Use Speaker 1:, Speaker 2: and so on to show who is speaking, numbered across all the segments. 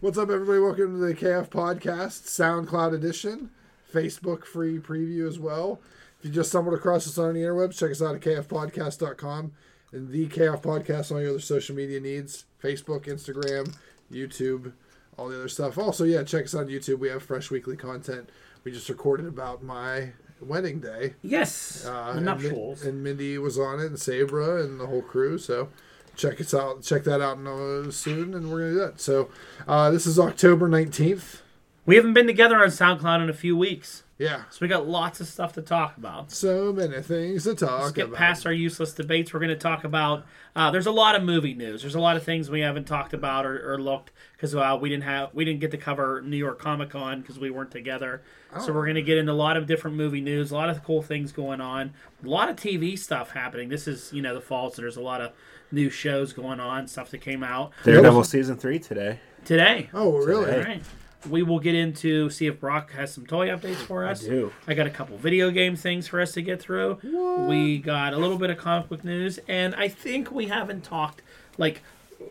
Speaker 1: What's up, everybody? Welcome to the KF Podcast, SoundCloud edition, Facebook free preview as well. If you just stumbled across us on the interwebs, check us out at kfpodcast.com and the KF Podcast on all your other social media needs Facebook, Instagram, YouTube, all the other stuff. Also, yeah, check us out on YouTube. We have fresh weekly content. We just recorded about my wedding day.
Speaker 2: Yes.
Speaker 1: Uh,
Speaker 2: the
Speaker 1: and, Mi-
Speaker 2: nuptials.
Speaker 1: and Mindy was on it, and Sabra, and the whole crew. So check us out, check that out uh, soon, and we're gonna do that. So uh, this is October nineteenth.
Speaker 2: we haven't been together on SoundCloud in a few weeks,
Speaker 1: Yeah,
Speaker 2: so we got lots of stuff to talk about.
Speaker 1: so many things to talk
Speaker 2: Let's get
Speaker 1: about.
Speaker 2: past our useless debates. We're going to talk about. Uh, there's a lot of movie news. There's a lot of things we haven't talked about or, or looked because uh, we didn't have we didn't get to cover New York Comic Con because we weren't together.
Speaker 1: Oh.
Speaker 2: So we're going to get into a lot of different movie news. A lot of cool things going on. A lot of TV stuff happening. This is you know the fall, so there's a lot of new shows going on. Stuff that came out
Speaker 3: Daredevil season three today.
Speaker 2: today.
Speaker 1: oh, really?
Speaker 2: All right. We will get into see if Brock has some toy updates for us.
Speaker 3: do.
Speaker 2: I got a couple video game things for us to get through. We got a little bit of comic book news, and I think we haven't talked like.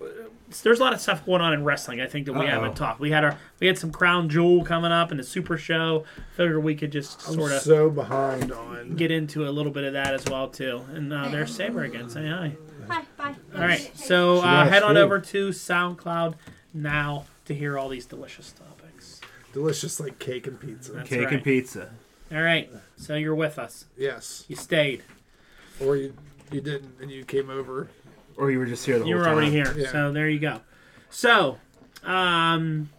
Speaker 2: uh, There's a lot of stuff going on in wrestling. I think that we haven't talked. We had our we had some crown jewel coming up and the super show. Figure we could just sort of
Speaker 1: So behind on.
Speaker 2: get into a little bit of that as well too. And uh, there's Saber again. Say hi.
Speaker 4: Hi, bye.
Speaker 2: All right, so uh,
Speaker 3: Yes,
Speaker 2: head on
Speaker 3: sure.
Speaker 2: over to SoundCloud now to hear all these delicious topics.
Speaker 1: delicious like cake and pizza.
Speaker 2: That's
Speaker 3: Cake
Speaker 2: right.
Speaker 3: and pizza.
Speaker 2: All right, so you're with us.
Speaker 1: Yes,
Speaker 2: You stayed.
Speaker 1: or you you didn't and you came over.
Speaker 3: Or you were just here the
Speaker 2: You
Speaker 3: whole
Speaker 2: were
Speaker 3: time.
Speaker 2: already here.
Speaker 1: Yeah.
Speaker 2: So there you go. So, um,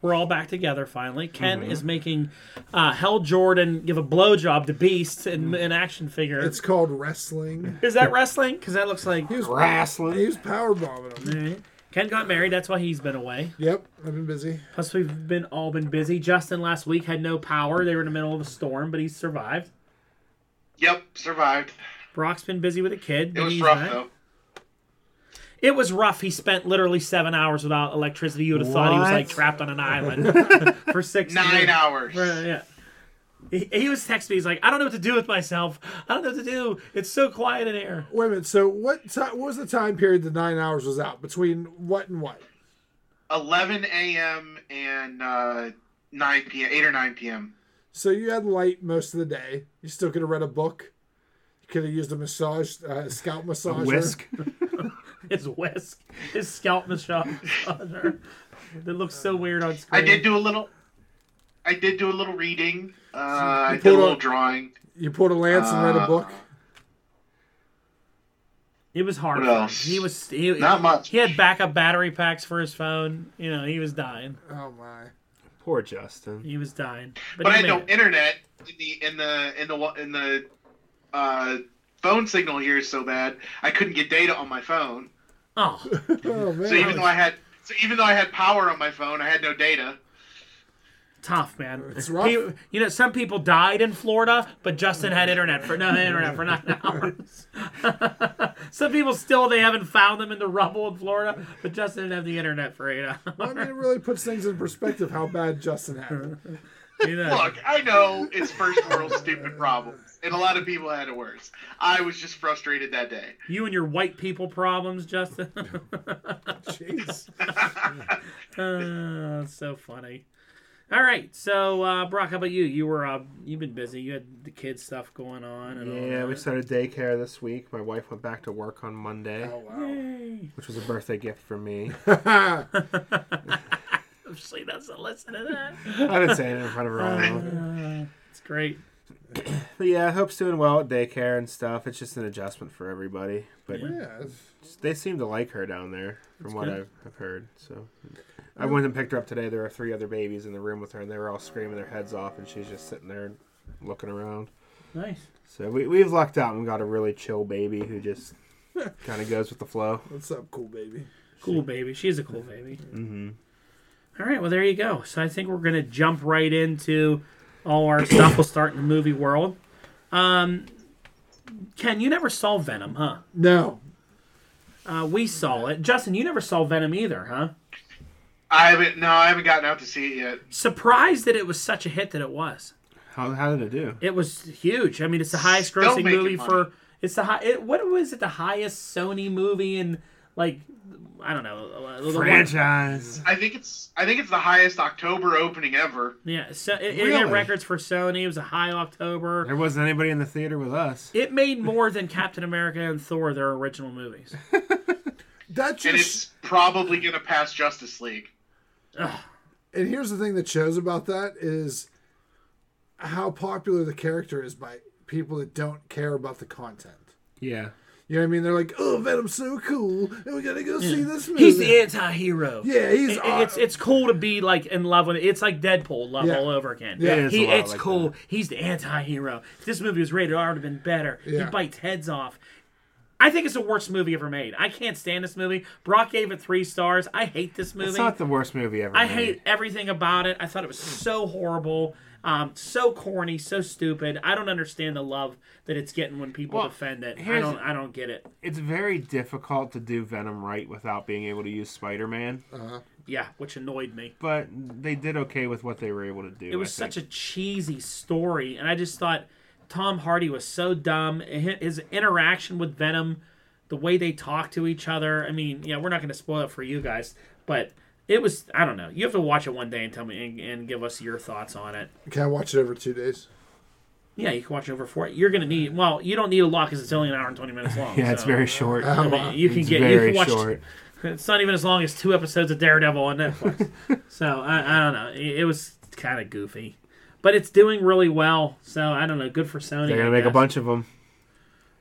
Speaker 2: we're all back together finally. Ken
Speaker 1: Mm-hmm.
Speaker 2: is making uh, Hell Jordan give a blowjob to Beast in an action figure.
Speaker 1: Mm. It's called wrestling.
Speaker 2: is that wrestling? Because that looks like.
Speaker 1: He was He
Speaker 3: Wrestling.
Speaker 1: was power bombing him.
Speaker 2: All right. Ken got married. That's why he's been away.
Speaker 1: Yep, I've been busy.
Speaker 2: Plus, we've been all been busy. Justin last week had no power. They were in the middle of a storm, but he survived.
Speaker 5: Yep, survived.
Speaker 2: Brock's been busy with a kid.
Speaker 5: It
Speaker 2: but
Speaker 5: was
Speaker 2: he's
Speaker 5: rough
Speaker 2: back.
Speaker 5: though.
Speaker 2: It was rough. He spent literally seven hours without electricity. You would have thought he was
Speaker 3: What?
Speaker 2: like trapped on an island for six
Speaker 5: Nine
Speaker 2: years.
Speaker 5: hours.
Speaker 2: Right, yeah. He, he was texting me. He's like, I don't know what to do with myself. I don't know what to do. It's so quiet in here.
Speaker 1: Wait a minute. So what? Ti- what was the time period the nine hours was out between what and what?
Speaker 5: 11 a.m. and uh, 9 p.m. 8 or 9 p.m.
Speaker 1: So you had light most of the day. You still could have read a book. You could have used a massage, uh, scalp massager.
Speaker 3: Whisk.
Speaker 2: His whisk, his scalp massager. that looks so weird on
Speaker 5: I
Speaker 2: screen.
Speaker 5: did do a little. I did do a little reading. Uh, I did a
Speaker 1: pulled
Speaker 5: little
Speaker 1: up-
Speaker 5: drawing.
Speaker 1: You pulled a lance and read a
Speaker 5: Uh,
Speaker 1: book.
Speaker 2: It was hard.
Speaker 5: What
Speaker 2: for him.
Speaker 5: else?
Speaker 2: He was he,
Speaker 5: Not much.
Speaker 2: He had backup battery packs for his phone. You know, he was dying.
Speaker 1: Oh my!
Speaker 3: Poor Justin.
Speaker 2: He was dying. But,
Speaker 5: But
Speaker 2: he
Speaker 5: I had
Speaker 2: made
Speaker 5: no
Speaker 2: it.
Speaker 5: internet in the in the in the wa- in the uh, phone signal here is so bad. I couldn't get data on my phone.
Speaker 2: Oh,
Speaker 1: Oh man!
Speaker 5: So even though I had so even though I had power on my phone, I had no data.
Speaker 2: tough man.
Speaker 1: It's rough.
Speaker 2: He- you know, some people died in Florida, but Justin had internet for no internet for nine hours. some people still they haven't found them in the rubble in Florida, but Justin didn't have the internet for eight hours.
Speaker 1: I mean, it really puts things in perspective how bad Justin had. it.
Speaker 2: You know.
Speaker 5: Look, I know it's first world stupid problems, and a lot of people had it worse. I was just frustrated that day.
Speaker 2: You and your white people problems, Justin.
Speaker 1: Jeez.
Speaker 2: Uh, so funny. All right, so uh, Brock, how about you? You were uh, you've been busy. You had the kids stuff going on. And all
Speaker 3: Yeah, we
Speaker 2: that.
Speaker 3: started daycare this week. My wife went back to work on Monday,
Speaker 1: Oh wow!
Speaker 2: Yay.
Speaker 3: which was a birthday gift for me.
Speaker 2: She doesn't listen to that.
Speaker 3: I didn't say it in front of her. I don't know.
Speaker 2: Uh, it's great.
Speaker 3: But yeah, I hope's doing well at daycare and stuff. It's just an adjustment for everybody. But
Speaker 1: yeah, it's-
Speaker 3: they seem to like her down there, from what
Speaker 2: good.
Speaker 3: I've, I've heard. So I went and picked her up today. There were three other babies in the room with her, and they were all screaming their heads off, and she's just sitting there looking around.
Speaker 2: Nice.
Speaker 3: So we, we've lucked out and got a really chill baby who just kind of goes with the flow.
Speaker 1: what's up, cool baby?
Speaker 2: Cool baby. She's a cool baby. Mm-hmm. All right. Well, there you go. So I think we're gonna jump right into all our stuff. We'll start in the movie world. Um, Ken, you never saw Venom, huh?
Speaker 1: No,
Speaker 2: Uh, we saw it. Justin, you never saw Venom either, huh?
Speaker 5: I haven't. No, I haven't gotten out to see it yet.
Speaker 2: Surprised that it was such a hit that it was.
Speaker 3: How, how did it do?
Speaker 2: It was huge. I mean, it's the highest
Speaker 5: Still
Speaker 2: grossing
Speaker 5: making
Speaker 2: movie
Speaker 5: money.
Speaker 2: for. It's the high. It, what was it? The highest Sony movie in like I don't know. uh, the- the one-
Speaker 3: Franchise.
Speaker 5: I think it's I think it's the highest October opening ever.
Speaker 2: Yeah, so it, it hit
Speaker 3: Really?
Speaker 2: records for Sony. It was a high October.
Speaker 3: There wasn't anybody in the theater with us.
Speaker 2: It made more than Captain America and Thor, their original movies.
Speaker 1: That
Speaker 5: And
Speaker 1: just
Speaker 5: it's probably gonna pass Justice League.
Speaker 1: and here's the thing that shows about that is how popular the character is by people that don't care about the content.
Speaker 3: Yeah.
Speaker 1: You know what I mean? They're like, "Oh, Venom's so cool, and we gotta go see this movie."
Speaker 2: He's the anti-hero.
Speaker 1: yeah, he's
Speaker 2: It- it's it's cool to be like in love with it. It's like Deadpool love
Speaker 1: Yeah.
Speaker 2: all over again.
Speaker 1: Yeah.
Speaker 3: It is
Speaker 2: he,
Speaker 3: a lot
Speaker 2: it's
Speaker 3: like
Speaker 2: cool.
Speaker 3: that.
Speaker 2: He's the anti-hero. If this movie was rated R, it would have been better.
Speaker 1: Yeah.
Speaker 2: He bites heads off. I think it's the worst movie ever made. I can't stand this movie. Brock gave it three stars. I hate this movie.
Speaker 3: It's not the worst movie ever.
Speaker 2: I
Speaker 3: made.
Speaker 2: hate everything about it. I thought it was so horrible, um, so corny, so stupid. I don't understand the love that it's getting when people
Speaker 3: Well,
Speaker 2: defend it. I
Speaker 3: here's-
Speaker 2: don't. I don't get it.
Speaker 3: It's very difficult to do Venom right without being able to use Spider Man,
Speaker 2: Yeah, which annoyed me.
Speaker 3: but they did okay with what they were able to do.
Speaker 2: It was such a cheesy story, and I just thought Tom Hardy was so dumb. Hi- His interaction with Venom, the way they talk to each other. I mean, yeah, we're not going to spoil it for you guys, but it was. I don't know. You have to watch it one day and tell me and, and give us your thoughts on it.
Speaker 1: Can I watch it over two days?
Speaker 2: Yeah, you can watch it over four. You're going to need. Well, you don't need a lot because it's only an hour and twenty minutes long.
Speaker 3: Yeah, it's
Speaker 2: so,
Speaker 3: very short.
Speaker 2: I mean, you can
Speaker 3: it's
Speaker 2: get.
Speaker 3: very
Speaker 2: you can watch.
Speaker 3: short.
Speaker 2: It's not even as long as two episodes of Daredevil on Netflix. so I, I don't know. It, it was kind of goofy, but it's doing really well. So I don't know. Good for Sony.
Speaker 3: They're
Speaker 2: I
Speaker 3: gonna make a
Speaker 2: guess.
Speaker 3: bunch of them.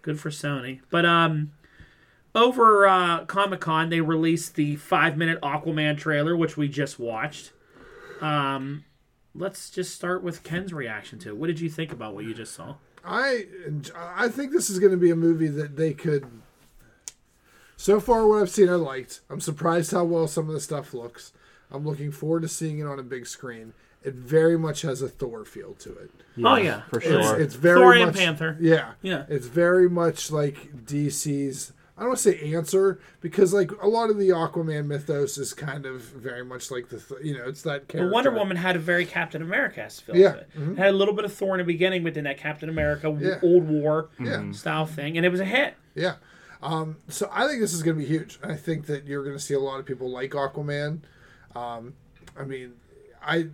Speaker 2: Good for Sony. But um, over uh, Comic Con they released the five minute Aquaman trailer, which we just watched. Um, let's just start with Ken's reaction to it. What did you think about what you just saw?
Speaker 1: I I think this is going to be a movie that they could. So far, what I've seen, I liked. I'm surprised how well some of the stuff looks. I'm looking forward to seeing it on a big screen. It very much has a Thor feel to it.
Speaker 2: Oh, yeah.
Speaker 3: for
Speaker 2: It's-
Speaker 3: sure.
Speaker 1: It's very
Speaker 2: Thor and
Speaker 1: much,
Speaker 2: Panther.
Speaker 1: Yeah,
Speaker 2: Yeah.
Speaker 1: It's very much like DC's. I don't want to say answer because like a lot of the Aquaman mythos is kind of very much like the th- you know it's that character.
Speaker 2: But Wonder Woman had a very Captain America feel
Speaker 1: Yeah. Mm-hmm.
Speaker 2: to it. Had a little bit of Thor in the beginning, but then that Captain America w
Speaker 1: Yeah.
Speaker 2: old war
Speaker 1: Yeah.
Speaker 2: style thing, and it was a hit.
Speaker 1: Yeah. Um, so I think this is going to be huge. I think that you're going to see a lot of people like Aquaman. Um, I mean, I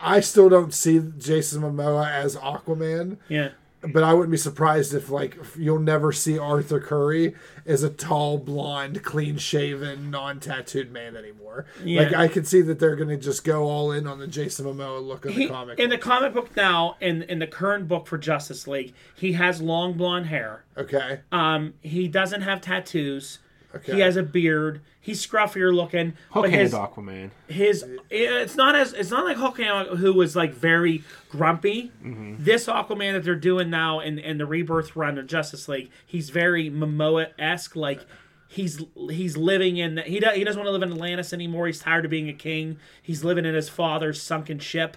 Speaker 1: I still don't see Jason Momoa as Aquaman,
Speaker 2: Yeah,
Speaker 1: but I wouldn't be surprised if like you'll never see Arthur Curry as a tall, blonde, clean-shaven, non-tattooed man anymore.
Speaker 2: Yeah.
Speaker 1: Like I can see that they're going to just go all in on the Jason Momoa look of the
Speaker 2: He-
Speaker 1: comic.
Speaker 2: in the
Speaker 1: book.
Speaker 2: comic book now, in in the current book for Justice League, he has long blonde hair.
Speaker 1: okay.
Speaker 2: Um, he doesn't have tattoos.
Speaker 1: Okay.
Speaker 2: He has a beard. He's scruffier looking.
Speaker 3: Hulk
Speaker 2: but
Speaker 3: and
Speaker 2: his,
Speaker 3: Aquaman.
Speaker 2: his it's not as it's not like Hulk who was like very grumpy.
Speaker 1: Mm-hmm.
Speaker 2: This Aquaman that they're doing now in in the rebirth run of Justice League, he's very Momoa esque. Like he's he's living in he do, he doesn't want to live in Atlantis anymore. He's tired of being a king. He's living in his father's sunken ship.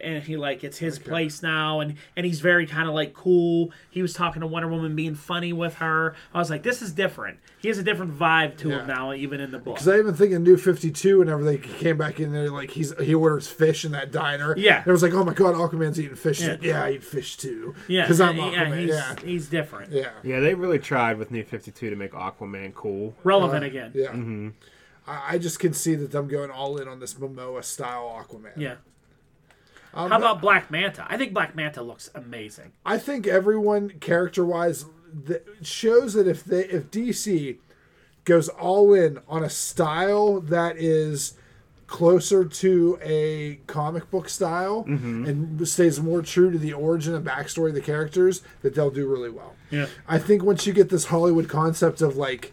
Speaker 2: And he like it's his place now, and and he's very kind of like cool. He was talking to Wonder Woman, being funny with her. I was like, this is different. He has a different vibe to
Speaker 1: Yeah.
Speaker 2: him now, even in the book.
Speaker 1: Because I even think in New Fifty Two, whenever they came back in there, like he's he orders fish in that diner.
Speaker 2: Yeah.
Speaker 1: and it was like, oh my god, Aquaman's eating fish. He's like, Yeah, I eat fish too.
Speaker 2: Yeah,
Speaker 1: because I'm
Speaker 2: yeah,
Speaker 1: Aquaman.
Speaker 2: he's,
Speaker 1: Yeah,
Speaker 2: he's different.
Speaker 1: yeah, yeah.
Speaker 3: Yeah, they really tried with New Fifty Two to make Aquaman cool.
Speaker 2: Relevant again. Yeah.
Speaker 1: I, I just can see that them going all in on this Momoa style Aquaman. Um,
Speaker 2: How about Black Manta? I think Black Manta looks amazing.
Speaker 1: I think everyone character wise shows that if they if DC goes all in on a style that is closer to a comic book style and stays more true to the origin and backstory of the characters, that they'll do really well.
Speaker 2: Yeah.
Speaker 1: I think once you get this Hollywood concept of like,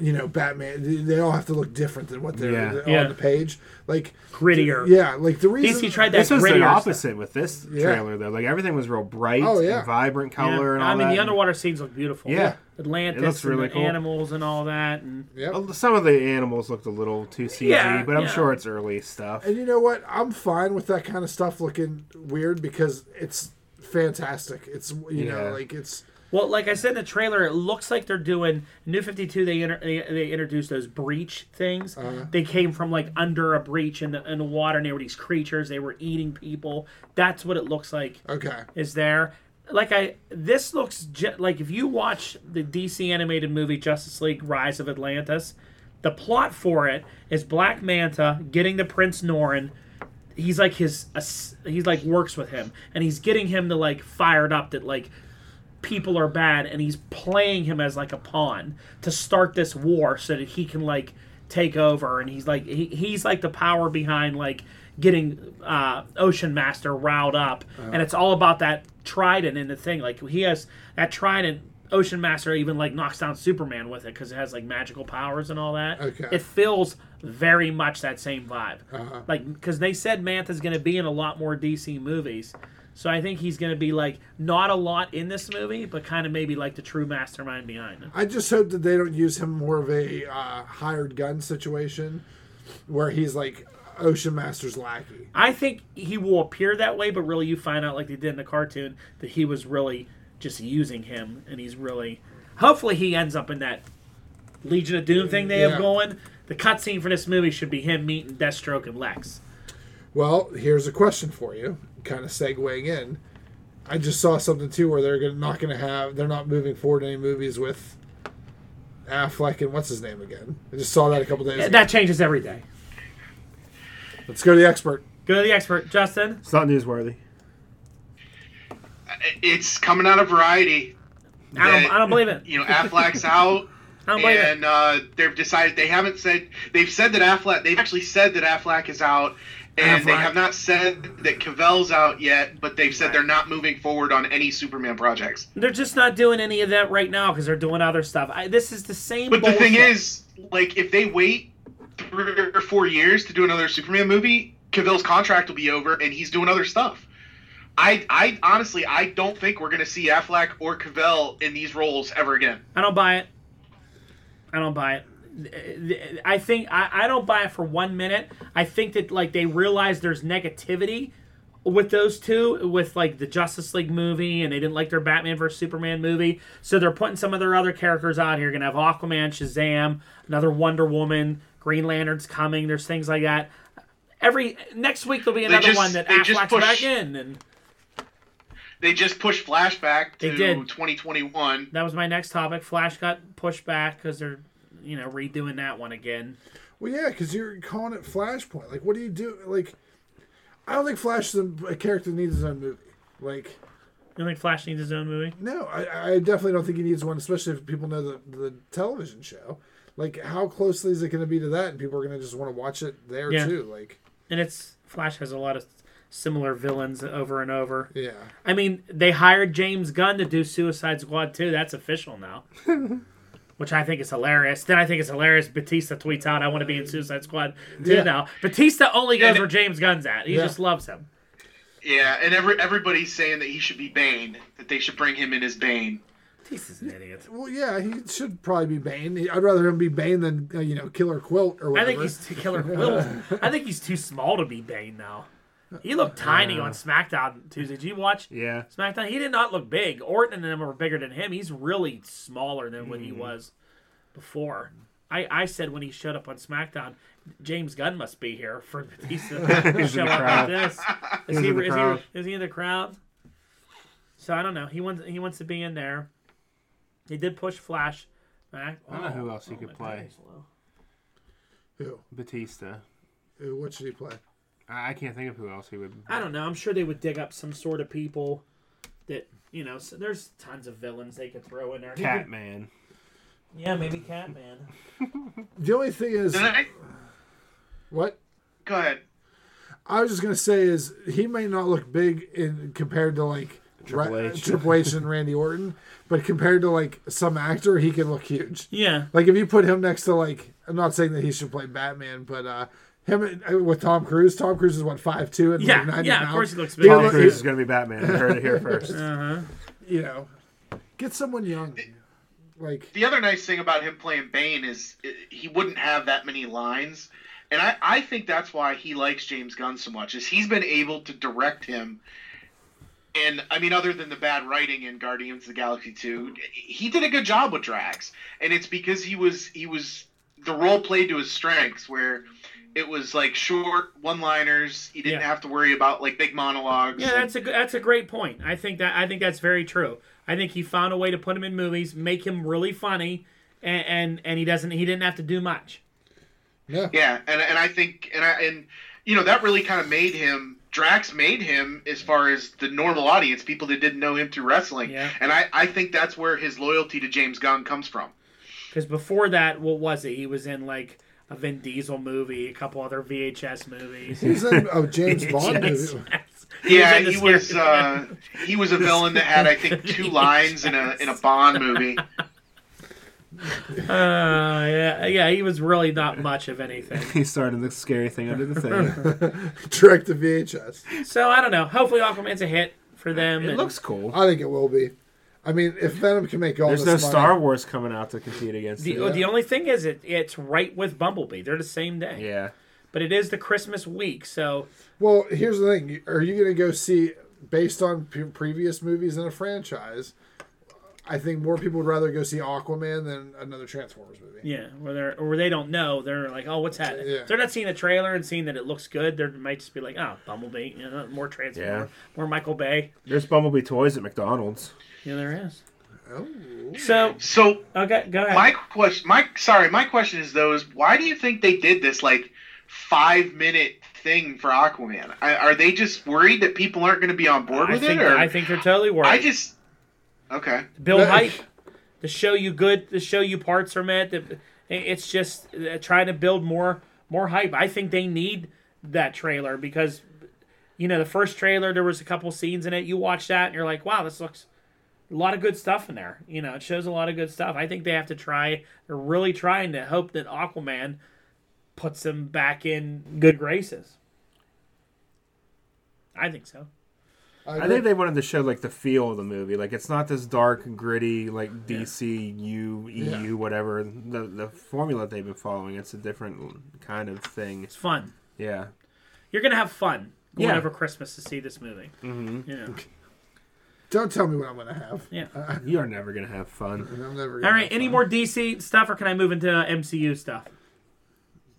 Speaker 1: you know, Batman, they- they all have to look different than what they're
Speaker 3: Yeah.
Speaker 1: they're
Speaker 2: Yeah.
Speaker 1: on the page. Like,
Speaker 2: Grittier.
Speaker 1: yeah, like the reason
Speaker 2: DC tried that
Speaker 3: This was the
Speaker 2: grittier
Speaker 3: opposite
Speaker 2: stuff.
Speaker 3: with this trailer, though. Like everything was real bright,
Speaker 1: Oh, yeah.
Speaker 3: and vibrant
Speaker 2: Yeah.
Speaker 3: color, and all
Speaker 2: I mean,
Speaker 3: that.
Speaker 2: the underwater scenes look beautiful.
Speaker 3: Yeah.
Speaker 2: Atlantis
Speaker 3: It looks really
Speaker 2: and the
Speaker 3: cool.
Speaker 2: animals and all that. And
Speaker 1: Yep.
Speaker 3: Uh, Some of the animals looked a little too CG,
Speaker 2: Yeah,
Speaker 3: but I'm
Speaker 2: yeah.
Speaker 3: sure it's early stuff.
Speaker 1: And you know what? I'm fine with that kind of stuff looking weird because it's fantastic. It's you
Speaker 3: Yeah.
Speaker 1: know like it's
Speaker 2: well, like I said in the trailer, it looks like they're doing New Fifty Two. They, inter- they they introduced those breach things.
Speaker 1: Uh-huh.
Speaker 2: They came from like under a breach in the in the water, and they were these creatures. They were eating people. That's what it looks like.
Speaker 1: okay.
Speaker 2: is there. like I this looks ju- like if you watch the DC animated movie Justice League Rise of Atlantis, the plot for it is Black Manta getting the Prince Norrin. He's like his ass- he's like works with him and he's getting him to like fired up that like people are bad and he's playing him as like a pawn to start this war so that he can like take over and he's like he, he's like the power behind like getting uh, ocean master riled up and it's all about that trident in the thing like he has that trident ocean master even like knocks down superman with it because it has like magical powers and all that
Speaker 1: Okay.
Speaker 2: it feels very much that same vibe like because they said Mantha's going to be in a lot more DC movies, so I think he's going to be like not a lot in this movie, but kind of maybe like the true mastermind behind it.
Speaker 1: I just hope that they don't use him more of a uh, hired gun situation where he's like Ocean Master's lackey.
Speaker 2: I think he will appear that way, but really you find out like they did in the cartoon that he was really just using him, and he's really. Hopefully, he ends up in that Legion of Doom thing they
Speaker 1: Yeah.
Speaker 2: have going. The cutscene for this movie should be him meeting Deathstroke and Lex.
Speaker 1: Well, here's a question for you, kind of segueing in. I just saw something too where they're gonna, not going to have, they're not moving forward any movies with Affleck and what's his name again. I just saw that a couple days ago.
Speaker 2: That changes every day.
Speaker 1: Let's go to the expert.
Speaker 2: Go to the expert, Justin.
Speaker 3: It's not newsworthy.
Speaker 5: It's coming out of Variety.
Speaker 2: I don't,
Speaker 5: that,
Speaker 2: I don't believe it.
Speaker 5: You know, Affleck's out.
Speaker 2: I don't believe it.
Speaker 5: and uh, they've decided they haven't said they've said that Affleck they've actually said that Affleck is out, and they
Speaker 2: Affleck.
Speaker 5: have not said that Cavell's out yet. But they've said they're not moving forward on any Superman projects.
Speaker 2: They're just not doing any of that right now because they're doing other stuff. I, this is the same.
Speaker 5: But the thing
Speaker 2: bullshit.
Speaker 5: is, like, if they wait three or four years to do another Superman movie, Cavill's contract will be over, and he's doing other stuff. I, I honestly, I don't think we're gonna see Affleck or Cavell in these roles ever again.
Speaker 2: I don't buy it. I don't buy it. I think I, I don't buy it for one minute. I think that like they realize there's negativity with those two, with like the Justice League movie, and they didn't like their Batman versus Superman movie, so they're putting some of their other characters out here. You're gonna have Aquaman, Shazam, another Wonder Woman, Green Lantern's coming. There's things like that. Every next week there'll be another
Speaker 5: just-
Speaker 2: one that
Speaker 5: they just
Speaker 2: Affleck's
Speaker 5: push-
Speaker 2: back in, and
Speaker 5: They just pushed Flashback to
Speaker 2: They did.
Speaker 5: 2021.
Speaker 2: that was my next topic. Flash got pushed back because they're, you know, redoing that one again.
Speaker 1: Well, yeah, because you're calling it Flashpoint. Like, what do you do? Like, I don't think Flash is a, a character that needs his own movie. Like,
Speaker 2: You think Flash needs his own movie?
Speaker 1: no, I, I definitely don't think he needs one, especially if people know the, the television show. Like, how closely is it going to be to that? And people are going to just want to watch it there
Speaker 2: Yeah.
Speaker 1: too. Like,
Speaker 2: And it's Flash has a lot of similar villains over and over.
Speaker 1: yeah,
Speaker 2: I mean, they hired James Gunn to do Suicide Squad too. That's official now. Which I think is hilarious. Then I think it's hilarious. Batista tweets out, "I want to be in Suicide Squad too."
Speaker 1: Yeah.
Speaker 2: Now Batista only goes
Speaker 5: And-
Speaker 2: where James Gunn's at. He
Speaker 1: Yeah.
Speaker 2: just loves him.
Speaker 5: Yeah, and every everybody's saying that he should be Bane, that they should bring him in as Bane.
Speaker 2: Batista's an idiot.
Speaker 1: well, yeah, he should probably be Bane. He- I'd rather him be Bane than uh, you know Killer Quilt or
Speaker 2: I
Speaker 1: whatever.
Speaker 2: think he's too killer. Will. I think he's too small to be Bane now. He looked tiny on SmackDown Tuesday. Did you watch?
Speaker 3: Yeah.
Speaker 2: SmackDown. He did not look big. Orton and them were bigger than him. He's really smaller than what he
Speaker 3: Mm.
Speaker 2: was before. I, I said when he showed up on SmackDown, James Gunn must be here for Batista to
Speaker 3: He's
Speaker 2: show
Speaker 3: in the
Speaker 2: up like
Speaker 3: crowd.
Speaker 2: this. Is
Speaker 3: He's
Speaker 2: he,
Speaker 3: in the
Speaker 2: is,
Speaker 3: crowd.
Speaker 2: he, is he in the crowd? So I don't know. He wants he wants to be in there. He did push Flash. back.
Speaker 3: I don't know who else he could
Speaker 2: Oh, my
Speaker 3: play.
Speaker 2: goodness, Lou.
Speaker 1: who?
Speaker 3: Batista.
Speaker 1: who? What should he play?
Speaker 3: I I can't think of who else he would.
Speaker 2: I don't know. I'm sure they would dig up some sort of people that you know. So there's tons of villains they could throw in there. He could-
Speaker 3: Catman.
Speaker 2: Yeah, maybe Catman.
Speaker 1: The only thing is,
Speaker 5: Then I,
Speaker 1: what
Speaker 5: go ahead.
Speaker 1: I was just gonna say is he may not look big in compared to like
Speaker 3: Triple
Speaker 1: Ra-
Speaker 3: H.
Speaker 1: Triple H and Randy Orton, but compared to like some actor, he can look huge.
Speaker 2: Yeah.
Speaker 1: Like if you put him next to like, I'm not saying that he should play Batman, but uh him and- uh, with Tom Cruise. Tom Cruise is what five two and
Speaker 2: Yeah,
Speaker 1: like, 90
Speaker 2: yeah, of
Speaker 1: pounds.
Speaker 2: course he looks big.
Speaker 1: He
Speaker 3: Tom
Speaker 1: look-
Speaker 3: Cruise is going to be Batman. I heard it here first.
Speaker 1: You know, get someone young, like
Speaker 5: The other nice thing about him playing Bane is uh, he wouldn't have that many lines, and I, I think that's why he likes James Gunn so much is he's been able to direct him. And I mean, other than the bad writing in Guardians of the Galaxy two, he did a good job with Drax, and it's because he was he was the role played to his strengths, where it was like short one-liners. You didn't
Speaker 2: Yeah.
Speaker 5: have to worry about like big monologues.
Speaker 2: Yeah, that's a g- that's a great point. I think that I think that's very true. I think he found a way to put him in movies, make him really funny, and and, and he doesn't he didn't have to do much.
Speaker 1: Yeah.
Speaker 5: Yeah, and and I think and I, and you know that really kind of made him Drax made him as far as the normal audience, people that didn't know him through wrestling.
Speaker 2: Yeah.
Speaker 5: And I I think that's where his loyalty to James Gunn comes from.
Speaker 2: Because before that, what was it? He was in like a Vin Diesel movie, a couple other VHS movies.
Speaker 1: He's in a James Bond
Speaker 2: Yes.
Speaker 1: movie.
Speaker 2: He
Speaker 5: yeah,
Speaker 2: in the
Speaker 5: he was
Speaker 2: scary-
Speaker 5: uh, he was a villain that had I think two lines in a in a Bond movie.
Speaker 2: Uh, yeah, yeah, he was really not much of anything.
Speaker 3: He started the scary thing under the thing.
Speaker 1: Direct to VHS.
Speaker 2: So I don't know. Hopefully, Aquaman's a hit for them.
Speaker 3: it
Speaker 2: and-
Speaker 3: looks cool.
Speaker 1: I think it will be. I mean, if Venom can make all
Speaker 3: There's no
Speaker 1: this money,
Speaker 3: Star Wars coming out to compete against
Speaker 2: The,
Speaker 3: it.
Speaker 2: the only thing is, it it's right with Bumblebee. They're the same day,
Speaker 3: Yeah.
Speaker 2: but it is the Christmas week, so
Speaker 1: Well, here's the thing: are you going to go see based on p- previous movies in a franchise? I think more people would rather go see Aquaman than another Transformers movie.
Speaker 2: yeah. Where they or where they don't know, they're like, oh, what's happening?
Speaker 1: Yeah.
Speaker 2: They're not seeing a trailer and seeing that it looks good. They might just be like, oh, Bumblebee, you know, more Transformer,
Speaker 3: Yeah.
Speaker 2: more Michael Bay.
Speaker 3: There's Bumblebee toys at McDonald's.
Speaker 2: Yeah, there is.
Speaker 1: Oh.
Speaker 2: So
Speaker 5: So
Speaker 2: okay, go ahead.
Speaker 5: my question, my sorry, my question is though is why do you think they did this like five minute thing for Aquaman? I, are they just worried that people aren't going to be on board
Speaker 2: I
Speaker 5: with
Speaker 2: think
Speaker 5: it, or
Speaker 2: I think you're totally worried.
Speaker 5: I just okay.
Speaker 2: Bill
Speaker 1: No.
Speaker 2: hype, the show you good, the show you parts are meant. The, it's just uh, trying to build more more hype. I think they need that trailer because you know the first trailer there was a couple scenes in it. You watch that and you're like, wow, this looks a lot of good stuff in there. You know, it shows a lot of good stuff. I think they have to try. They're really trying to hope that Aquaman puts them back in good graces. I think so.
Speaker 1: I,
Speaker 3: I think they wanted to show like the feel of the movie. Like it's not this dark, gritty, like DC, U, EU, whatever. The the formula they've been following. It's a different kind of thing.
Speaker 2: It's fun.
Speaker 3: Yeah.
Speaker 2: You're gonna have fun going
Speaker 3: Yeah.
Speaker 2: over Christmas to see this movie. Mm-hmm. You know.
Speaker 1: don't tell me what I'm going to have.
Speaker 2: Yeah.
Speaker 3: You are never gonna have fun.
Speaker 1: I'm never. gonna
Speaker 2: All right.
Speaker 1: have
Speaker 2: Any
Speaker 1: fun.
Speaker 2: more DC stuff, or can I move into MCU stuff?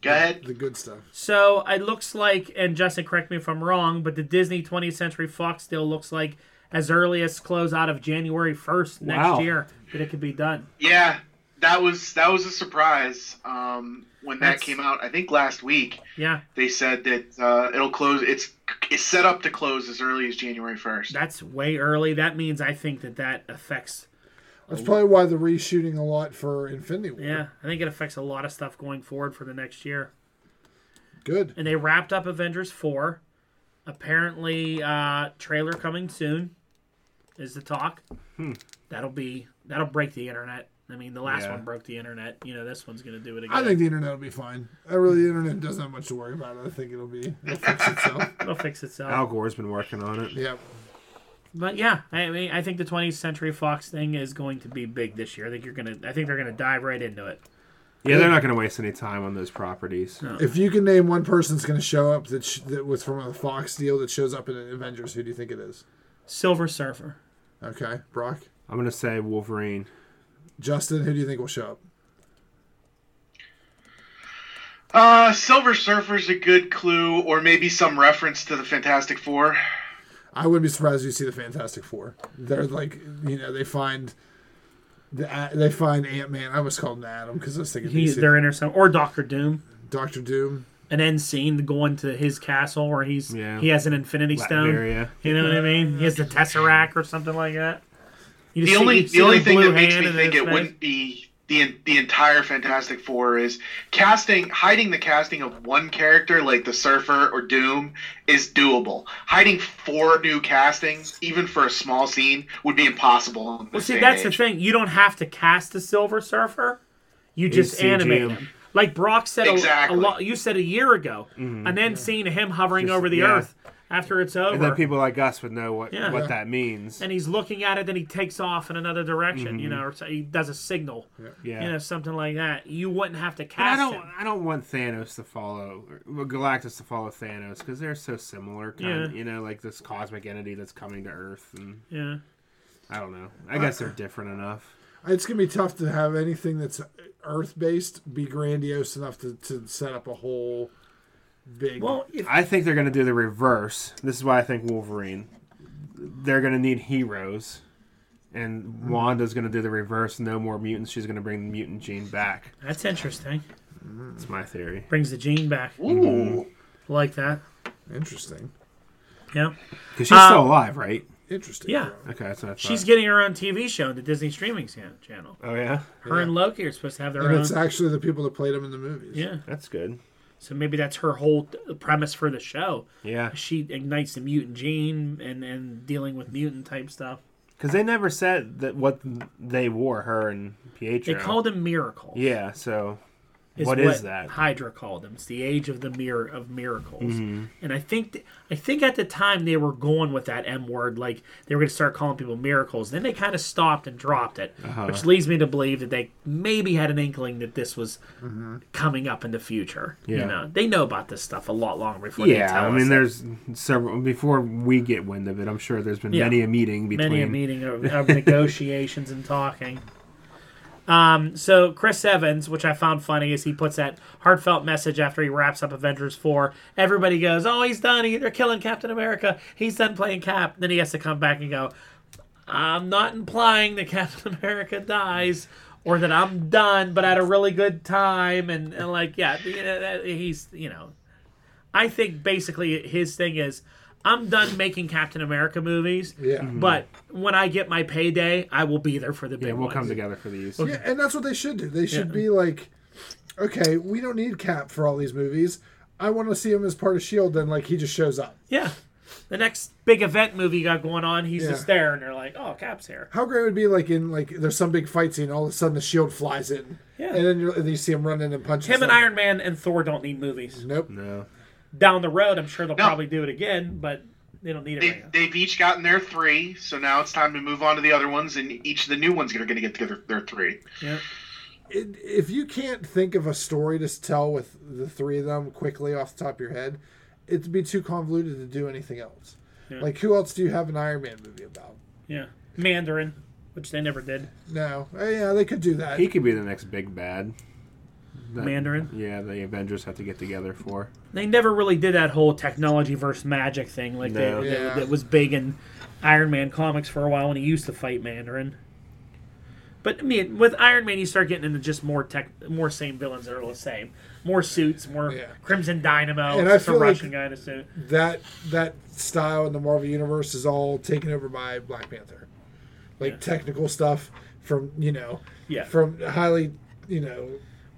Speaker 5: Go ahead.
Speaker 1: The good stuff.
Speaker 2: So it looks like, and Justin, correct me if I'm wrong, but the Disney 20th Century Fox deal looks like as early as close out of January 1st next
Speaker 3: Wow.
Speaker 2: year that it could be done.
Speaker 5: Yeah, that was that was a surprise um, when that
Speaker 2: That's-
Speaker 5: came out. I think last week
Speaker 2: Yeah,
Speaker 5: they said that uh, it'll close. It's it's set up to close as early as January first.
Speaker 2: that's way early. That means I think that that affects.
Speaker 1: That's probably why they're reshooting a lot for Infinity War.
Speaker 2: Yeah, I think it affects a lot of stuff going forward for the next year.
Speaker 1: Good.
Speaker 2: And they wrapped up Avengers 4. Apparently, uh, trailer coming soon is the talk. That'll be that'll break the internet. I mean, the last
Speaker 3: Yeah.
Speaker 2: one broke the internet. You know, this one's gonna do it again.
Speaker 1: I think the internet will be fine. I really, the internet doesn't have much to worry about. I think it'll be it'll fix itself.
Speaker 2: it'll fix itself.
Speaker 3: Al Gore's been working on it.
Speaker 1: Yeah.
Speaker 2: But yeah, I mean, I think the 20th Century Fox thing is going to be big this year. I think you're gonna. I think they're gonna dive right into it.
Speaker 3: Yeah, they're not gonna waste any time on those properties.
Speaker 2: Oh.
Speaker 1: If you can name one person that's going to show up that, sh- that was from a Fox deal that shows up in Avengers, who do you think it is?
Speaker 2: Silver Surfer.
Speaker 1: Okay, Brock.
Speaker 3: I'm gonna say Wolverine.
Speaker 1: Justin, who do you think will show up?
Speaker 5: Uh, Silver Surfer's a good clue, or maybe some reference to the Fantastic Four.
Speaker 1: I wouldn't be surprised if you see the Fantastic Four. They're like, you know, they find the they find Ant Man. I was called him Adam because I was thinking
Speaker 2: He's
Speaker 1: DC.
Speaker 2: they're in there some or Doctor Doom.
Speaker 1: Doctor Doom.
Speaker 2: An end scene going to his castle where he's
Speaker 3: Yeah.
Speaker 2: he has an Infinity Stone.
Speaker 3: Latveria.
Speaker 2: You know what I mean? He has the Tesseract or something like that. You
Speaker 5: The
Speaker 2: just see-
Speaker 5: only
Speaker 2: you see
Speaker 5: the only thing
Speaker 2: blue
Speaker 5: that makes
Speaker 2: hand
Speaker 5: me
Speaker 2: and
Speaker 5: think
Speaker 2: it's
Speaker 5: it
Speaker 2: nice.
Speaker 5: wouldn't be the the entire Fantastic Four is casting hiding the casting of one character like the Surfer or Doom is doable. Hiding four new castings, even for a small scene, would be impossible. in
Speaker 2: Well,
Speaker 5: this
Speaker 2: see,
Speaker 5: day
Speaker 2: that's
Speaker 5: and
Speaker 2: the
Speaker 5: age.
Speaker 2: thing. You don't have to cast the Silver Surfer. You just
Speaker 3: CG
Speaker 2: animate
Speaker 3: him.
Speaker 2: him. Like Brock said
Speaker 5: Exactly.
Speaker 2: a, a lot. You said a year ago, and then seeing him hovering
Speaker 3: Mm-hmm. Just-
Speaker 2: over the
Speaker 3: yeah.
Speaker 2: Earth after it's over,
Speaker 3: And then people like us would know what
Speaker 2: Yeah.
Speaker 3: what that means.
Speaker 2: and he's looking at it, then he takes off in another direction. You
Speaker 3: Mm-hmm.
Speaker 2: know, or so he does a signal.
Speaker 3: yeah.
Speaker 2: You know, something like that. You wouldn't have to
Speaker 3: I
Speaker 2: cast
Speaker 3: don't.
Speaker 2: him.
Speaker 3: I don't want Thanos to follow or Galactus to follow Thanos because they're so similar. Kind
Speaker 2: Yeah.
Speaker 3: you know, like this cosmic entity that's coming to Earth, and
Speaker 2: Yeah.
Speaker 3: I don't know. I guess they're different enough.
Speaker 1: It's gonna be tough to have anything that's Earth based be grandiose enough to, to set up a whole big.
Speaker 2: Well, if,
Speaker 3: I think they're going to do the reverse. This is why I think Wolverine. They're going to need heroes,
Speaker 2: Hmm.
Speaker 3: and Wanda's going to do the reverse. No more mutants. She's going to bring the mutant gene back.
Speaker 2: that's interesting.
Speaker 3: That's my theory.
Speaker 2: Brings the gene back.
Speaker 5: Ooh.
Speaker 2: Like that.
Speaker 1: interesting,
Speaker 2: Yeah.
Speaker 3: Because she's still alive, right?
Speaker 1: interesting.
Speaker 2: Yeah.
Speaker 3: Okay, that's what I thought.
Speaker 2: Um, She's getting her own TV show on the Disney streaming chan- channel.
Speaker 3: oh yeah,
Speaker 2: Her and Loki are supposed to have their
Speaker 1: and
Speaker 2: own.
Speaker 1: it's actually the people that played him in the movies.
Speaker 2: Uh-huh. Yeah.
Speaker 3: that's good.
Speaker 2: So maybe that's her whole th- premise for the show.
Speaker 3: Yeah,
Speaker 2: She ignites the mutant gene and, and dealing with mutant type stuff.
Speaker 3: because they never said that what they wore her and
Speaker 2: They
Speaker 3: Pietro.
Speaker 2: called him Miracle.
Speaker 3: yeah, so
Speaker 2: is
Speaker 3: what is that?
Speaker 2: Hydra called them. It's the age of the mirror of miracles.
Speaker 3: Mm-hmm.
Speaker 2: And I think th- I think at the time they were going with that M word, like they were going to start calling people miracles. Then they kind of stopped and dropped it,
Speaker 3: Uh-huh.
Speaker 2: which leads me to believe that they maybe had an inkling that this was coming up in the future.
Speaker 3: Yeah.
Speaker 2: You know, they know about this stuff a lot longer before. they
Speaker 3: Yeah,
Speaker 2: tell
Speaker 3: I
Speaker 2: us
Speaker 3: mean,
Speaker 2: it.
Speaker 3: there's several. Before we get wind of it, I'm sure there's been
Speaker 2: Yeah.
Speaker 3: many a meeting between.
Speaker 2: many a meeting of, of negotiations and talking. Um, so Chris Evans, which I found funny, is he puts that heartfelt message after he wraps up Avengers four. Everybody goes, "Oh, he's done. He, they're killing Captain America. He's done playing Cap." Then he has to come back and go, "I'm not implying that Captain America dies." Or that I'm done, but I had a really good time, and, and like, yeah, you know, that- he's, you know, I think basically his thing is, I'm done making Captain America movies.
Speaker 1: Yeah.
Speaker 2: But when I get my payday, I will be there for the big
Speaker 3: Hmm. Yeah, we'll
Speaker 2: ones.
Speaker 3: come together for these.
Speaker 1: Yeah, and that's what they should do. They should be like, okay, we don't need Cap for all these movies. I want to see him as part of Shield. E Then, like, he just shows up.
Speaker 2: Yeah. The next big event movie you got going on, he's
Speaker 1: Yeah.
Speaker 2: just there, and they're like, "Oh, Cap's here."
Speaker 1: How great would it be like in like there's some big fight scene, all of a sudden the Shield E flies in,
Speaker 2: Yeah.
Speaker 1: and then, you're, and you see him running and punching.
Speaker 2: Him and
Speaker 1: something.
Speaker 2: Iron Man and Thor don't need movies.
Speaker 1: Nope.
Speaker 3: No.
Speaker 2: Down the road, I'm sure they'll probably do it again, but they don't need it.
Speaker 5: They,
Speaker 2: Right now.
Speaker 5: they've each gotten their three, so now it's time to move on to the other ones, and each of the new ones are going to get together their three.
Speaker 2: Yeah.
Speaker 1: It, if you can't think of a story to tell with the three of them quickly off the top of your head, it'd be too convoluted to do anything else. Like, who else do you have an Iron Man movie about?
Speaker 2: Yeah. Mandarin, which they never did.
Speaker 1: No. Uh, yeah, they could do that.
Speaker 3: He could be the next big bad. That-
Speaker 2: Mandarin.
Speaker 3: Yeah, the Avengers have to get together for.
Speaker 2: They never really did that whole technology versus magic thing, like
Speaker 3: No.
Speaker 2: they,
Speaker 1: Yeah.
Speaker 2: that, that was big in Iron Man comics for a while when he used to fight Mandarin. But I mean, with Iron Man, you start getting into just more tech, more same villains that are all the same, more suits, more
Speaker 1: Yeah.
Speaker 2: Crimson Dynamo,
Speaker 1: And
Speaker 2: and
Speaker 1: I
Speaker 2: a
Speaker 1: feel like-
Speaker 2: Russian guy in a suit.
Speaker 1: that that style in the Marvel universe is all taken over by Black Panther, like technical stuff from you know,
Speaker 2: Yeah.
Speaker 1: from highly you know,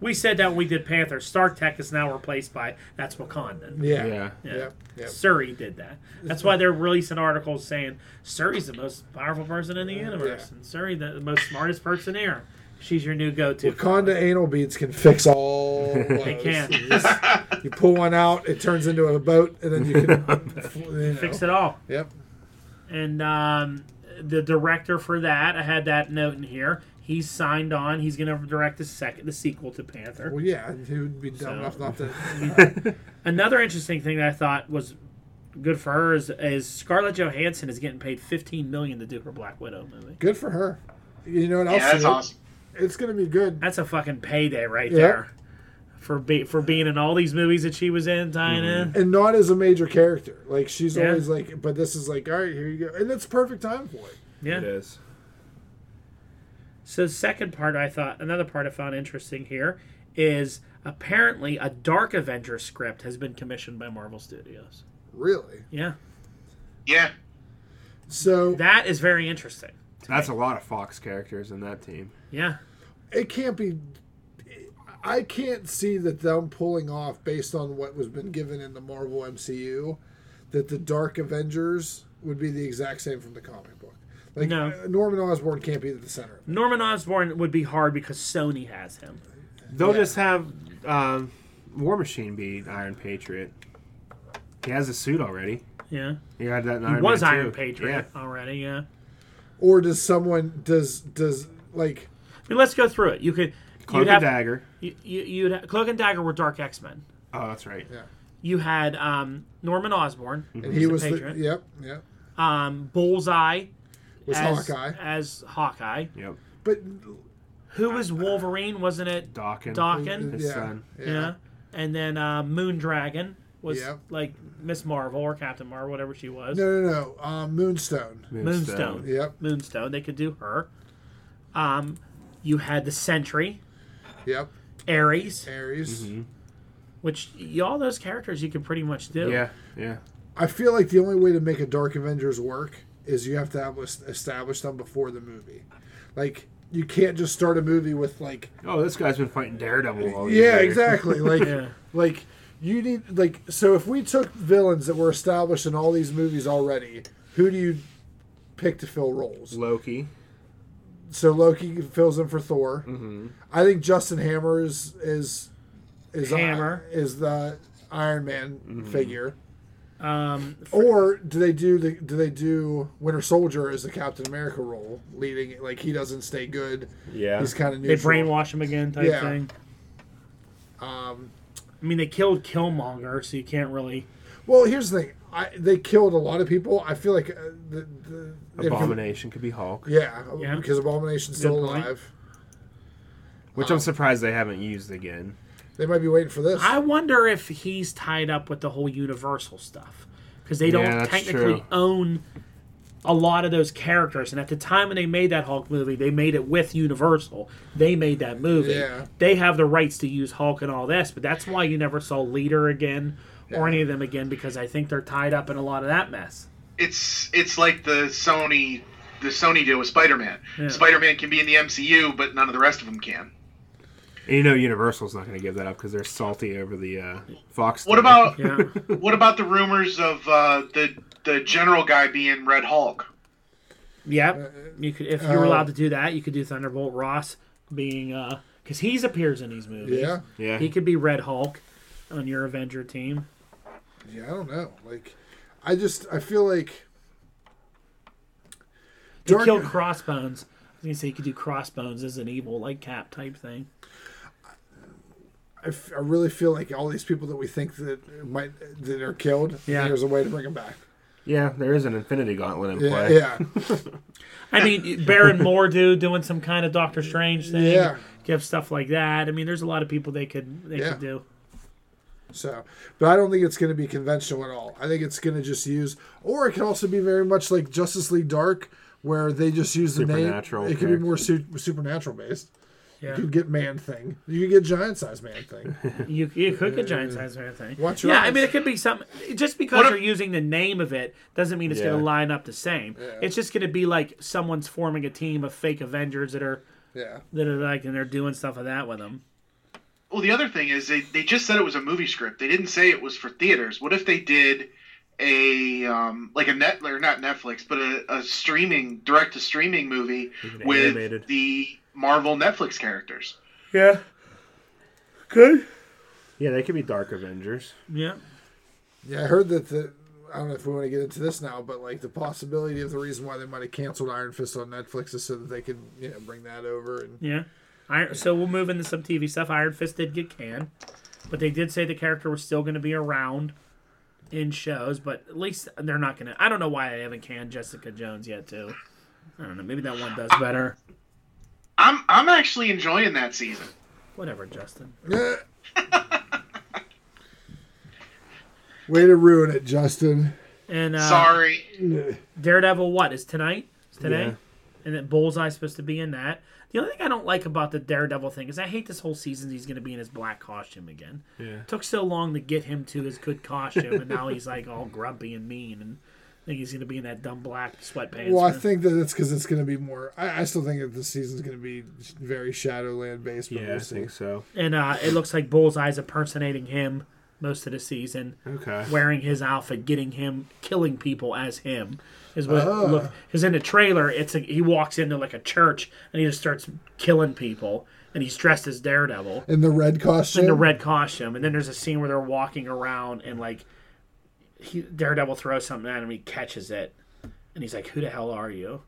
Speaker 2: We said that when we did Panther. Stark Tech is now replaced by that's Wakandan.
Speaker 1: yeah,
Speaker 3: Yeah.
Speaker 1: Yep, yep.
Speaker 2: Suri did that. That's why they're releasing articles saying Suri's the most powerful person in the universe, and Suri the, the most smartest person here. She's your new go-to.
Speaker 1: Wakanda anal beads can fix all.
Speaker 2: They
Speaker 1: woes.
Speaker 2: can.
Speaker 1: You, just- you pull one out, it turns into a boat, and then you can you know.
Speaker 2: fixed it all.
Speaker 1: Yep.
Speaker 2: And um, the director for that, I had that note in here. He's signed on. He's going to direct the second, the sequel to Panther.
Speaker 1: Well, yeah, he would be dumb
Speaker 2: So-
Speaker 1: enough not to.
Speaker 2: Another interesting thing that I thought was good for her is, is Scarlett Johansson is getting paid 15 million to do her Black Widow movie.
Speaker 1: Good for her. You know what else?
Speaker 5: Yeah, that's
Speaker 1: dude?
Speaker 5: awesome.
Speaker 1: It's gonna be good.
Speaker 2: That's a fucking payday right
Speaker 1: Yeah.
Speaker 2: there. For, be, for being in all these movies that she was in, tying
Speaker 3: Mm-hmm.
Speaker 2: in.
Speaker 1: and not as a major character. Like she's
Speaker 2: Yeah.
Speaker 1: always like, but this is like, all right, here you go, and that's perfect time for it.
Speaker 2: Yeah.
Speaker 3: It is.
Speaker 2: So second part I thought another part I found interesting here is apparently a Dark Avenger script has been commissioned by Marvel Studios.
Speaker 1: Really?
Speaker 2: Yeah.
Speaker 5: Yeah.
Speaker 1: So
Speaker 2: That is very interesting.
Speaker 3: That's a lot of Fox characters in that team.
Speaker 2: Yeah.
Speaker 1: it can't be. I can't see that them pulling off based on what was been given in the Marvel MCU, that the Dark Avengers would be the exact same from the comic book. Like
Speaker 2: No.
Speaker 1: uh, Norman Osborn can't be at the center. of it.
Speaker 2: Norman Osborn would be hard because Sony has him.
Speaker 3: They'll just have um, War Machine be Iron Patriot. He has a suit already.
Speaker 2: Yeah.
Speaker 3: He had that in
Speaker 2: He
Speaker 3: Iron
Speaker 2: was
Speaker 3: Man
Speaker 2: Iron
Speaker 3: too.
Speaker 2: Patriot already, yeah.
Speaker 1: Or does someone does does like
Speaker 2: I mean, let's go through it. You could
Speaker 3: Yeah. Cloak
Speaker 2: you'd have
Speaker 3: and Dagger.
Speaker 2: you, you you'd ha- Cloak and Dagger were Dark X Men.
Speaker 3: Oh, that's right.
Speaker 1: yeah,
Speaker 2: You had um, Norman Osborn,
Speaker 3: Mm-hmm.
Speaker 1: and he
Speaker 2: a
Speaker 1: was the,
Speaker 2: patriot.
Speaker 1: yep yep
Speaker 2: um, Bullseye
Speaker 1: was
Speaker 2: as
Speaker 1: Hawkeye.
Speaker 2: as Hawkeye.
Speaker 3: Yep.
Speaker 1: But
Speaker 2: Who was Wolverine? Wasn't it?
Speaker 3: Dawkins.
Speaker 2: Dawkins?
Speaker 3: His
Speaker 1: yeah,
Speaker 3: son.
Speaker 2: Yeah. And then uh, Moon Dragon was
Speaker 1: Yeah.
Speaker 2: like Miss Marvel or Captain Marvel, whatever she was.
Speaker 1: No, no, no. Um, Moonstone.
Speaker 2: Moonstone.
Speaker 1: Yep,
Speaker 2: Moonstone. They could do her. Um, you had the Sentry,
Speaker 1: yep.
Speaker 2: Ares,
Speaker 1: Aries.
Speaker 2: which y- all those characters you could pretty much do.
Speaker 3: Yeah, yeah.
Speaker 1: I feel like the only way to make a Dark Avengers work is you have to have es- establish them before the movie. Like you can't just start a movie with like
Speaker 3: Oh, this guy's been fighting Daredevil all these
Speaker 1: yeah,
Speaker 3: years.
Speaker 1: exactly. Like
Speaker 2: Yeah.
Speaker 1: like you need like so if we took villains that were established in all these movies already, who do you pick to fill roles?
Speaker 3: Loki.
Speaker 1: So Loki fills in for Thor. I think Justin Hammer is is is
Speaker 2: Hammer.
Speaker 1: is the Iron Man figure.
Speaker 2: Um,
Speaker 1: Or do they do the do they do Winter Soldier as the Captain America role, leading like he doesn't stay good.
Speaker 3: Yeah.
Speaker 1: He's kind of
Speaker 2: they
Speaker 1: neutral.
Speaker 2: brainwash him again, type
Speaker 1: Yeah.
Speaker 2: thing.
Speaker 1: Um,
Speaker 2: I mean, they killed Killmonger, so you can't really.
Speaker 1: well, here's the thing: I, they killed a lot of people. I feel like uh, the, the if-
Speaker 3: Abomination could be Hulk,
Speaker 1: Yeah,
Speaker 2: Yeah.
Speaker 1: because Abomination's still
Speaker 2: Good point.
Speaker 1: alive.
Speaker 3: which I'm surprised they haven't used again.
Speaker 1: They might be waiting for this.
Speaker 2: I wonder if he's tied up with the whole Universal stuff because they don't
Speaker 3: Yeah, that's
Speaker 2: technically
Speaker 3: true.
Speaker 2: own a lot of those characters. And at the time when they made that Hulk movie, they made it with Universal. They made that movie.
Speaker 1: Yeah.
Speaker 2: They have the rights to use Hulk and all this, but that's why you never saw Leader again or any of them again because I think they're tied up in a lot of that mess.
Speaker 5: it's it's like the Sony the Sony deal with Spider Man. Spider Man can be in the MCU, but none of the rest of them can.
Speaker 3: And you know, Universal's not going to give that up because they're salty over the uh, Fox.
Speaker 5: What
Speaker 3: thing.
Speaker 5: about
Speaker 2: Yeah.
Speaker 5: what about the rumors of uh, the the general guy being Red Hulk?
Speaker 2: yeah. You could if you were
Speaker 1: uh,
Speaker 2: allowed to do that, you could do Thunderbolt Ross being uh cuz he's appears in these movies.
Speaker 1: yeah,
Speaker 3: Yeah.
Speaker 2: He could be Red Hulk on your Avenger team.
Speaker 1: yeah, I don't know. Like, I just I feel like
Speaker 2: He
Speaker 1: Dark-
Speaker 2: killed Crossbones. I was gonna say you could do Crossbones as an evil like Cap type thing.
Speaker 1: I, f- I really feel like all these people that we think that might that are killed.
Speaker 2: Yeah.
Speaker 1: there's a way to bring them back.
Speaker 3: Yeah, there is an Infinity Gauntlet in
Speaker 1: Yeah,
Speaker 3: play.
Speaker 1: yeah.
Speaker 2: I mean, Baron Mordo doing some kind of Doctor Strange thing.
Speaker 1: Yeah.
Speaker 2: Give stuff like that. I mean, there's a lot of people they could they
Speaker 1: Yeah.
Speaker 2: could do.
Speaker 1: So, but I don't think it's going to be conventional at all. I think it's going to just use, or it can also be very much like Justice League Dark, where they just use the name.
Speaker 3: Supernatural
Speaker 1: It could be more su- supernatural based.
Speaker 2: Yeah.
Speaker 1: You could get man thing. You could get giant size man thing.
Speaker 2: You, you could get giant size or anything.
Speaker 1: Watch your
Speaker 2: yeah, I
Speaker 1: eyes.
Speaker 2: mean, it could be something. Just because
Speaker 5: What if-
Speaker 2: you're using the name of it doesn't mean it's
Speaker 3: Yeah.
Speaker 2: going to line up the same. It's just going to be like someone's forming a team of fake Avengers that are
Speaker 1: Yeah,
Speaker 2: that are like and they're doing stuff like that with them.
Speaker 5: Well, the other thing is they, they just said it was a movie script. They didn't say it was for theaters. What if they did a um, like a net or not Netflix, but a, a streaming direct to streaming movie
Speaker 3: Even
Speaker 5: with
Speaker 3: animated.
Speaker 5: the Marvel Netflix characters?
Speaker 2: Yeah. Good.
Speaker 3: Yeah, they could be Dark Avengers.
Speaker 2: Yeah.
Speaker 1: yeah. I heard that the. I don't know if we want to get into this now, but like the possibility of the reason why they might have canceled Iron Fist on Netflix is so that they could, you know, bring that over and
Speaker 2: Yeah. Iron, so we'll move into some TV stuff. Iron Fist did get canned, but they did say the character was still going to be around in shows. But at least they're not going to. I don't know why they haven't canned Jessica Jones yet, too. I don't know. Maybe that one does better.
Speaker 5: I'm I'm actually enjoying that season.
Speaker 2: Whatever, Justin.
Speaker 1: way to ruin it, Justin.
Speaker 2: And uh,
Speaker 5: Sorry.
Speaker 2: Daredevil, what is tonight? It's today.
Speaker 3: Yeah.
Speaker 2: And that Bullseye's supposed to be in that. The only thing I don't like about the Daredevil thing is I hate this whole season. He's going to be in his black costume again.
Speaker 3: Yeah.
Speaker 2: took so long to get him to his good costume, and now he's like all grumpy and mean, and I think he's gonna be in that dumb black sweatpants.
Speaker 1: Well, I
Speaker 2: man.
Speaker 1: think that it's because it's going to be more. I, I still think that this season's going to be very Shadowland based. But
Speaker 3: Yeah,
Speaker 1: we'll
Speaker 3: I
Speaker 1: see.
Speaker 3: think so.
Speaker 2: and uh, it looks like Bullseye's impersonating him most of the season,
Speaker 3: Okay.
Speaker 2: wearing his outfit, getting him killing people as him. Is what
Speaker 1: Ah.
Speaker 2: look is in the trailer. It's a, he walks into like a church and he just starts killing people, and he's dressed as Daredevil.
Speaker 1: In the red costume.
Speaker 2: in the red costume, and then there's a scene where they're walking around and like he, Daredevil throws something at him, he catches it, and he's like, "Who the hell are you?"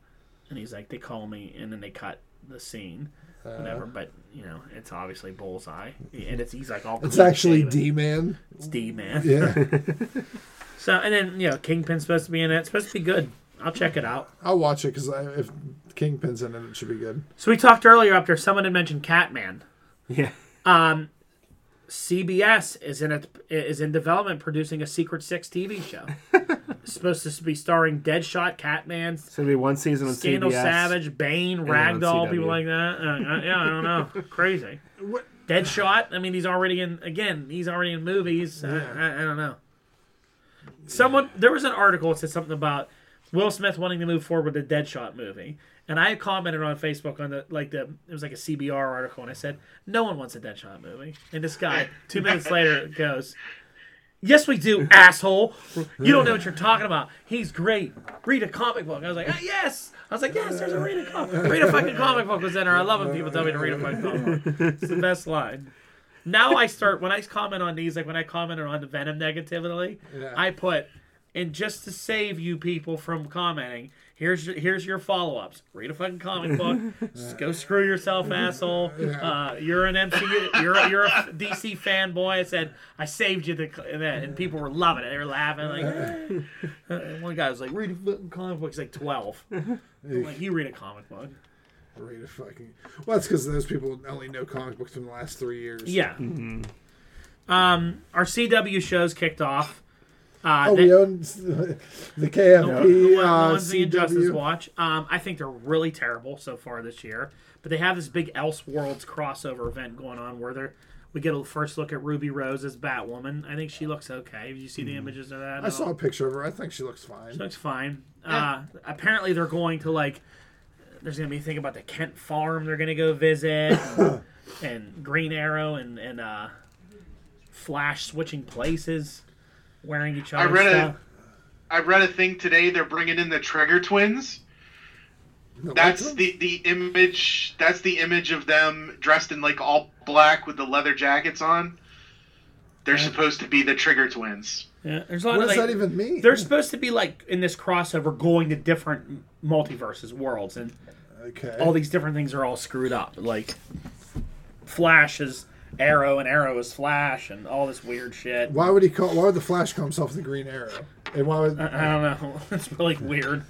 Speaker 2: And he's like, "They call me," and then they cut the scene, whatever.
Speaker 1: Uh.
Speaker 2: But you know, it's obviously Bullseye, and it's he's like all.
Speaker 1: It's actually D Man.
Speaker 2: D man.
Speaker 1: Yeah.
Speaker 2: So and then you know, Kingpin's supposed to be in it. It's supposed to be good. I'll check it out.
Speaker 1: I'll watch it because if Kingpin's in it, it should be good.
Speaker 2: So we talked earlier up there. Someone had mentioned Catman.
Speaker 3: Yeah.
Speaker 2: CBS is in a, is in development producing a Secret Six TV show. it's supposed to be starring Deadshot, Catman,
Speaker 3: It's gonna be one season on
Speaker 2: Scandal
Speaker 3: CBS.
Speaker 2: Savage, Bane,
Speaker 3: then on
Speaker 2: Ragdoll, people
Speaker 3: CW.
Speaker 2: like that. Uh, uh, yeah, I don't know. Crazy.
Speaker 1: What?
Speaker 2: Deadshot. I mean, he's already in. Again, he's already in movies. I- I, I don't know. Someone there was an article that said something about Will Smith wanting to move forward with the Deadshot movie, and I commented on Facebook on the like the it was like a CBR article, and I said no one wants a Deadshot movie. And this guy, two minutes later, goes. Yes, we do, asshole. You don't know what you're talking about. He's great. Read a comic book. I was like, ah, yes. I was like, yes. There's a read a comic. Read a fucking comic book was in there. I love when people tell me to read a fucking comic book. It's the best line. Now I start when I comment on these, like when I commented on the Venom negatively,
Speaker 1: Yeah.
Speaker 2: I put, and just to save you people from commenting, here's your, here's your follow ups. Read a fucking comic book. Just Go screw yourself, asshole. Uh, you're an MCU. You're a- you're a DC fanboy. I said I saved you the and that, and people were loving it. They were laughing like. "Eh." And one guy was like, "Read a fucking comic book." He's like twelve. I'm like you read a comic book.
Speaker 1: Read a fucking. Well, that's because those people only know comic books from the last three years.
Speaker 2: Yeah. Mm-hmm. Um, our CW shows kicked off. Uh,
Speaker 1: Oh,
Speaker 2: they-
Speaker 1: we own the KFP.
Speaker 2: the one- the
Speaker 1: uh,
Speaker 2: ones the Injustice
Speaker 1: CW.
Speaker 2: watch. Um, I think they're really terrible so far this year, but they have this big Elseworlds crossover event going on where they're. We get a first look at Ruby Rose as Batwoman. I think she looks okay. Did you see the images of that?
Speaker 1: Mm. I saw a picture of her. I think she looks fine.
Speaker 2: She looks fine. Uh, apparently, they're going to like. There's gonna be a thing about the Kent farm they're gonna go visit, and, and Green Arrow and and uh, Flash switching places, wearing each
Speaker 5: I
Speaker 2: other's
Speaker 5: read
Speaker 2: stuff.
Speaker 5: a I read a thing today. They're bringing in the Trigger Twins.
Speaker 1: No,
Speaker 5: That's
Speaker 1: that's-
Speaker 5: the the image. That's the image of them dressed in like all black with the leather jackets on. They're supposed to be the Trigger Twins.
Speaker 2: Yeah, there's a lot
Speaker 1: What
Speaker 2: of
Speaker 1: does
Speaker 2: like,
Speaker 1: that even mean?
Speaker 2: they're supposed to be like in this crossover going to different multiverses worlds and
Speaker 1: okay.
Speaker 2: all these different things are all screwed up like flash is arrow and arrow is flash and all this weird shit
Speaker 1: Why would he call? Why would the Flash call himself the Green Arrow? And why would?
Speaker 2: i don't know it's really weird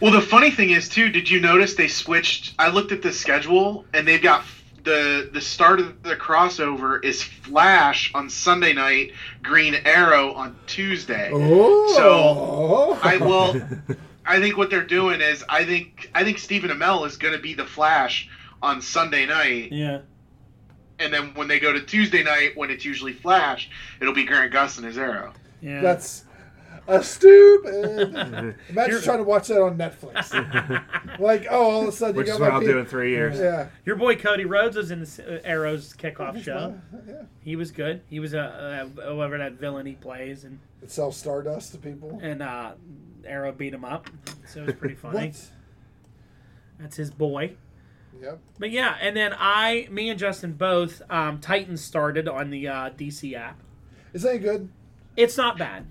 Speaker 5: Well, the funny thing is too. Did you notice they switched? I looked at the schedule, and they've got f- the the start of the crossover is Flash on Sunday night, Green Arrow on Tuesday.
Speaker 1: oh,
Speaker 5: So, I will. I think what they're doing is I think I think Stephen Amell is going to be the Flash on Sunday night,
Speaker 2: yeah
Speaker 5: and then when they go to Tuesday night, when it's usually Flash, it'll be Grant Gustin as Arrow.
Speaker 2: yeah
Speaker 1: that's a stupid. Imagine trying to watch that on Netflix. like, oh, all of a sudden
Speaker 3: Which
Speaker 1: you
Speaker 3: is
Speaker 1: got
Speaker 3: what
Speaker 1: my
Speaker 3: I'll
Speaker 1: pe-
Speaker 3: do in three years.
Speaker 1: Yeah,
Speaker 2: your boy cody rhodes was in the S- uh, arrow's kickoff show
Speaker 1: yeah.
Speaker 2: he was good he was a uh, whoever that villain he plays and
Speaker 1: It sells Stardust to people.
Speaker 2: and uh arrow beat him up so it was pretty funny
Speaker 1: What?
Speaker 2: that's his boy
Speaker 1: Yep.
Speaker 2: But yeah, and then I, me and Justin both, um, Titans started on the uh, DC app.
Speaker 1: Is that any good?
Speaker 2: It's not bad.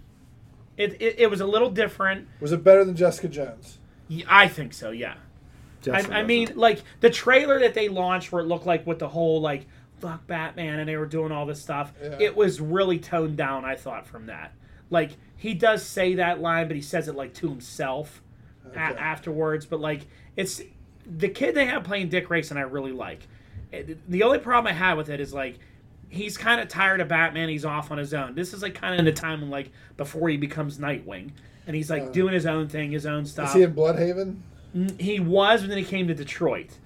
Speaker 2: It, it, it was a little different.
Speaker 1: Was it better than Jessica Jones?
Speaker 2: Y- I think so, yeah. I,
Speaker 3: Justin
Speaker 2: I mean,
Speaker 3: doesn't.
Speaker 2: like, the trailer that they launched where it looked like with the whole, like, fuck Batman and they were doing all this stuff,
Speaker 1: Yeah.
Speaker 2: it was really toned down, I thought, from that. Like, he does say that line, but he says it, like, to himself a-
Speaker 1: Okay.
Speaker 2: afterwards. But, like, it's the kid they have playing Dick Grayson, I really like. It- the only problem I have with it is, like, he's kind of tired of Batman. He's off on his own. This is like kind of the time when like before he becomes Nightwing, and he's like doing his own thing, his own
Speaker 1: Is
Speaker 2: stuff.
Speaker 1: he in Bloodhaven?
Speaker 2: He was, but then he came to Detroit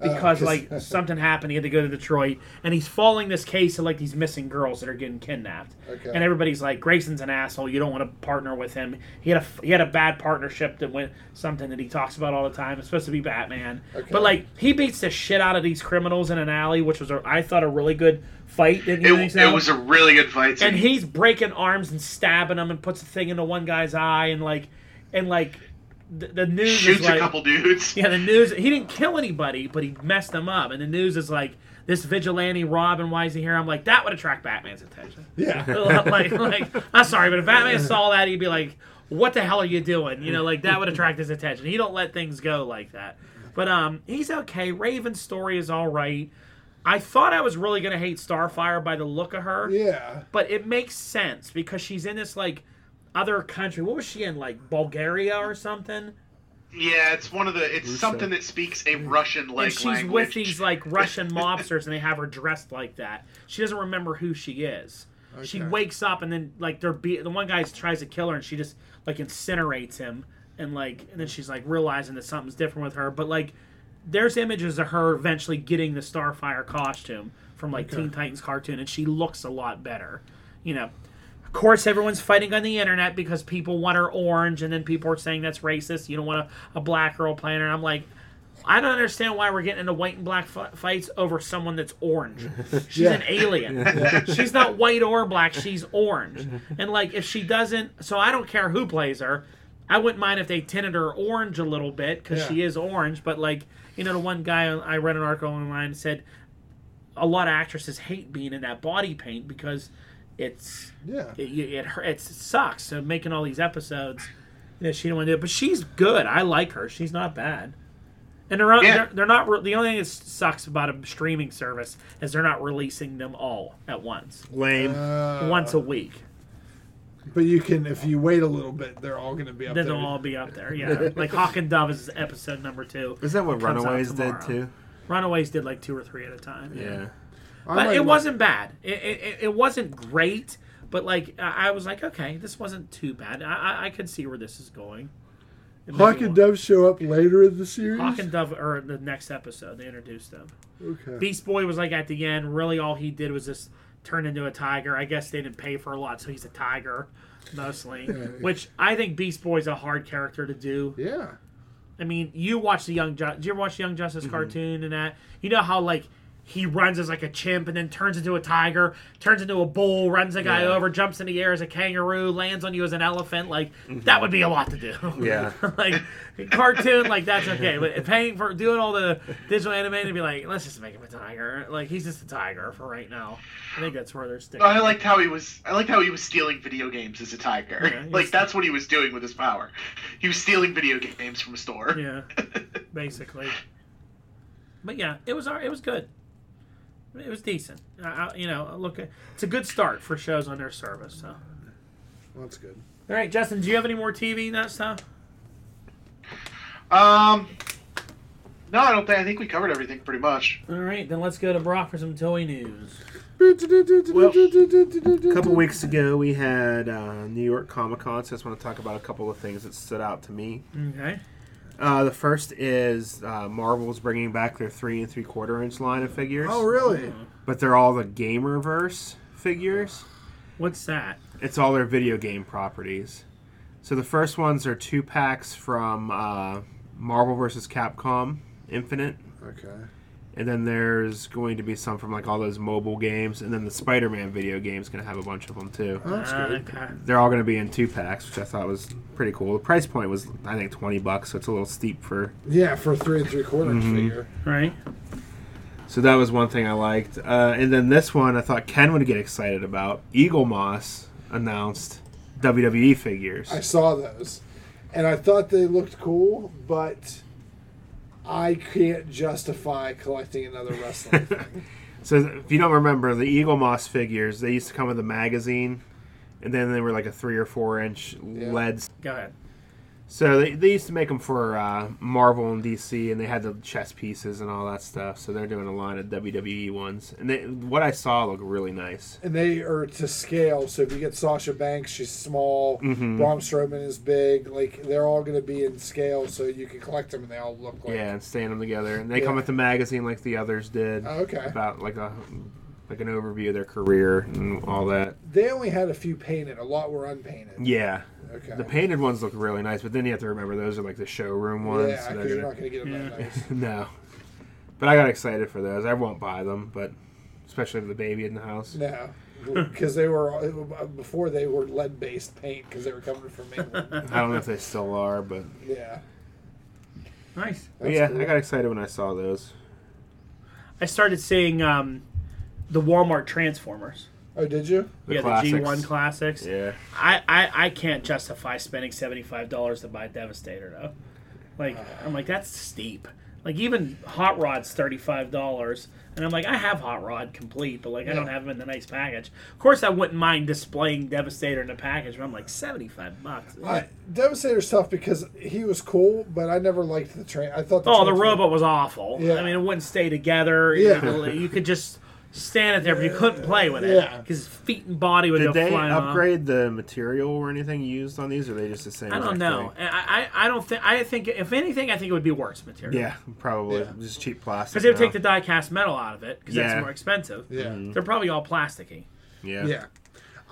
Speaker 2: because
Speaker 1: 'cause-
Speaker 2: like something happened. He had to go to Detroit, and he's following this case of like these missing girls that are getting kidnapped.
Speaker 1: Okay.
Speaker 2: And everybody's like, Grayson's an asshole. You don't want to partner with him. He had a he had a bad partnership that went something that he talks about all the time. It's supposed to be Batman,
Speaker 1: Okay.
Speaker 2: but like he beats the shit out of these criminals in an alley, which was a, I thought a really good fight. Didn't you think
Speaker 5: It,
Speaker 2: so?
Speaker 5: it was a really good fight. Scene.
Speaker 2: and he's breaking arms and stabbing them and puts a thing into one guy's eye and like and like the, the news
Speaker 5: shoots
Speaker 2: is like
Speaker 5: a couple dudes.
Speaker 2: yeah the news he didn't kill anybody but he messed them up and the news is like this vigilante Robin why is he here I'm like that would attract Batman's attention
Speaker 1: Yeah.
Speaker 2: like like I'm sorry but if Batman saw that he'd be like what the hell are you doing you know like that would attract his attention he don't let things go like that but um he's okay Raven's story is all right. I thought I was really gonna hate Starfire by the look of her
Speaker 1: yeah.
Speaker 2: but it makes sense because she's in this like other country. What was she in? Like Bulgaria or something?
Speaker 5: Yeah, it's one of the. It's
Speaker 3: Russo.
Speaker 5: something that speaks a Russian like
Speaker 2: and she's
Speaker 5: language.
Speaker 2: with these like Russian mobsters, and they have her dressed like that. She doesn't remember who she is. She
Speaker 1: Okay.
Speaker 2: wakes up, and then like they're be- the one guy tries to kill her, and she just like incinerates him, and like and then she's like realizing that something's different with her. But like, there's images of her eventually getting the Starfire costume from like Teen Titans cartoon, and she looks a lot better. You know, of course, everyone's fighting on the internet because people want her orange, and then people are saying that's racist. You don't want a, a black girl playing her. And I'm like, I don't understand why we're getting into white and black f- fights over someone that's orange. She's an alien. She's not white or black. She's orange. And like, if she doesn't, so I don't care who plays her. I wouldn't mind if they tinted her orange a little bit because she
Speaker 1: Yeah.
Speaker 2: is orange. But like, you know, the one guy I read an article online said a lot of actresses hate being in that body paint because it's
Speaker 1: Yeah.
Speaker 2: it it, it, hurt- it sucks. So making all these episodes, you know, she didn't want to do it, but she's good. I like her. She's not bad. And they're, not
Speaker 5: Yeah.
Speaker 2: they're, they're not. Re- the only thing that sucks about a streaming service is they're not releasing them all at once,
Speaker 3: Lame.
Speaker 1: Uh,
Speaker 2: once a week.
Speaker 1: But you can, if you wait a little bit, they're all going to be up
Speaker 2: Then
Speaker 1: there.
Speaker 2: they'll all be up there. Yeah, like Hawk and Dove is episode number two.
Speaker 3: Is that what
Speaker 2: Comes out
Speaker 3: Runaways did
Speaker 2: tomorrow.
Speaker 3: too?
Speaker 2: Runaways did like two or three at a time.
Speaker 3: Yeah.
Speaker 1: I
Speaker 2: but
Speaker 1: might
Speaker 2: it
Speaker 1: look-
Speaker 2: wasn't bad. It, it, it- it wasn't great, but like I I was like, okay, this wasn't too bad. I, I, I could see where this is going. It made
Speaker 1: Hawk
Speaker 2: me
Speaker 1: and
Speaker 2: wa-
Speaker 1: Dove show up later in the series.
Speaker 2: Hawk and Dove, or the next episode, they introduced them.
Speaker 1: okay.
Speaker 2: Beast Boy was like at the end. Really, all he did was just turn into a tiger. I guess they didn't pay for a lot, so he's a tiger mostly. Which I think Beast Boy's a hard character to do.
Speaker 1: yeah.
Speaker 2: I mean, you watch the Young Justice. you ever watch the Young Justice
Speaker 3: Mm-hmm.
Speaker 2: cartoon and that? You know how like he runs as like a chimp and then turns into a tiger, turns into a bull, runs a guy
Speaker 3: Yeah.
Speaker 2: over, jumps in the air as a kangaroo, lands on you as an elephant. Like that would be a lot to do.
Speaker 3: Mm-hmm. Yeah.
Speaker 2: like cartoon, like that's okay. But paying for doing all the digital animated, be like, let's just make him a tiger. Like he's just a tiger for right now. I think that's where they're sticking.
Speaker 5: Oh, I liked how he was. I liked how he was stealing video games as a tiger.
Speaker 2: Yeah, he was-
Speaker 5: like that's what he was doing with his power. He was stealing video games from a store.
Speaker 2: Yeah, basically. But yeah, it was our, it was good. It was decent. I, I, you know, I look, at- it's a good start for shows on their service. So, all
Speaker 1: Well, that's good.
Speaker 2: right, Justin, do you have any more TV that stuff?
Speaker 5: Um. No, I don't think. I think we covered everything pretty much.
Speaker 2: All right, then let's go to Brock for some toy news.
Speaker 3: A couple
Speaker 1: Mm-hmm.
Speaker 3: weeks ago, we had uh, New York Comic Con, so I just want to talk about a couple of things that stood out to me.
Speaker 2: Okay.
Speaker 3: Uh, the first is uh, Marvel's bringing back their three and three quarter inch line of figures,
Speaker 1: Oh, really?
Speaker 3: but they're all the Gamerverse figures.
Speaker 2: What's that?
Speaker 3: It's all their video game properties. So the first ones are two packs from uh, Marvel vs. Capcom Infinite,
Speaker 1: Okay.
Speaker 3: and then there's going to be some from like all those mobile games, and then the Spider-Man video game's going to have a bunch of them too.
Speaker 1: Oh, that's
Speaker 2: Ah,
Speaker 1: good.
Speaker 2: okay.
Speaker 3: They're all going to be in two packs, which I thought was pretty cool. The price point was I think twenty bucks, so it's a little steep for
Speaker 1: Yeah, for three and three quarter inch figure.
Speaker 2: All Right.
Speaker 3: So that was one thing I liked. Uh, and then this one I thought Ken would get excited about. Eagle Moss announced WWE figures.
Speaker 1: I saw those, and I thought they looked cool, but I can't justify collecting another wrestling. figure.
Speaker 3: so if you don't remember, the Eagle Moss figures, they used to come with a magazine, and then they were like a three or four inch
Speaker 1: Yeah.
Speaker 3: lead.
Speaker 2: Go ahead.
Speaker 3: So they, they used to make them for uh, Marvel and DC, and they had the chess pieces and all that stuff. So they're doing a line of WWE ones. And they, what I saw looked really nice.
Speaker 1: and they are to scale. So if you get Sasha Banks, she's small. Braun Strowman is big. Like they're all going to be in scale, so you can collect them, and they all look like.
Speaker 3: Yeah, and stand them together. And they
Speaker 1: Yeah.
Speaker 3: come with the magazine like the others did.
Speaker 1: Oh, okay.
Speaker 3: About like a like an overview of their career and all that.
Speaker 1: They only had a few painted. A lot were unpainted.
Speaker 3: Yeah.
Speaker 1: Okay.
Speaker 3: The painted ones look really nice, but then you have to remember those are like the showroom ones.
Speaker 1: yeah,
Speaker 3: so
Speaker 1: because
Speaker 3: they're
Speaker 1: you're
Speaker 3: gonna-
Speaker 1: not going to get them that nice.
Speaker 3: no. But I got excited for those. I won't buy them, but especially with the baby in the house.
Speaker 1: No, because they were all- before they were lead based paint because they were coming from England.
Speaker 3: I don't know if they still are, but,
Speaker 1: yeah.
Speaker 2: Nice.
Speaker 3: but
Speaker 1: That's
Speaker 3: yeah,
Speaker 1: cool.
Speaker 3: I got excited when I saw those.
Speaker 2: I started seeing um, the Walmart Transformers.
Speaker 1: Oh, did you?
Speaker 3: The
Speaker 2: yeah,
Speaker 3: classics.
Speaker 2: the G1 classics.
Speaker 3: Yeah.
Speaker 2: I, I, I can't justify spending seventy five dollars to buy Devastator though. Like I'm like that's steep. Like even Hot Rod's thirty five dollars, and I'm like, I have Hot Rod complete, but like I don't have them in the nice package. Of course, I wouldn't mind displaying Devastator in a package, but I'm like seventy five bucks.
Speaker 1: I, Devastator's tough because he was cool, but I never liked the train. I thought.
Speaker 2: Oh, the
Speaker 1: Transform-
Speaker 2: robot was awful.
Speaker 1: Yeah.
Speaker 2: I mean, it wouldn't stay together.
Speaker 1: Yeah.
Speaker 2: You, could- you could just stand it there, but you couldn't play with it
Speaker 1: Yeah.
Speaker 2: because feet and body would
Speaker 3: Did
Speaker 2: go
Speaker 3: they
Speaker 2: flying off.
Speaker 3: upgrade the material or anything used on these? Or are they just the same?
Speaker 2: I don't
Speaker 3: exact
Speaker 2: know. I, I I don't think. I think if anything, I think it would be worse material.
Speaker 3: thing? Yeah, probably
Speaker 1: Yeah.
Speaker 3: just cheap plastic.
Speaker 2: Because they would
Speaker 3: now.
Speaker 2: take the die-cast metal out of it because
Speaker 3: Yeah.
Speaker 2: that's more expensive.
Speaker 1: Yeah.
Speaker 2: They're probably all plasticky.
Speaker 3: yeah.
Speaker 1: Yeah,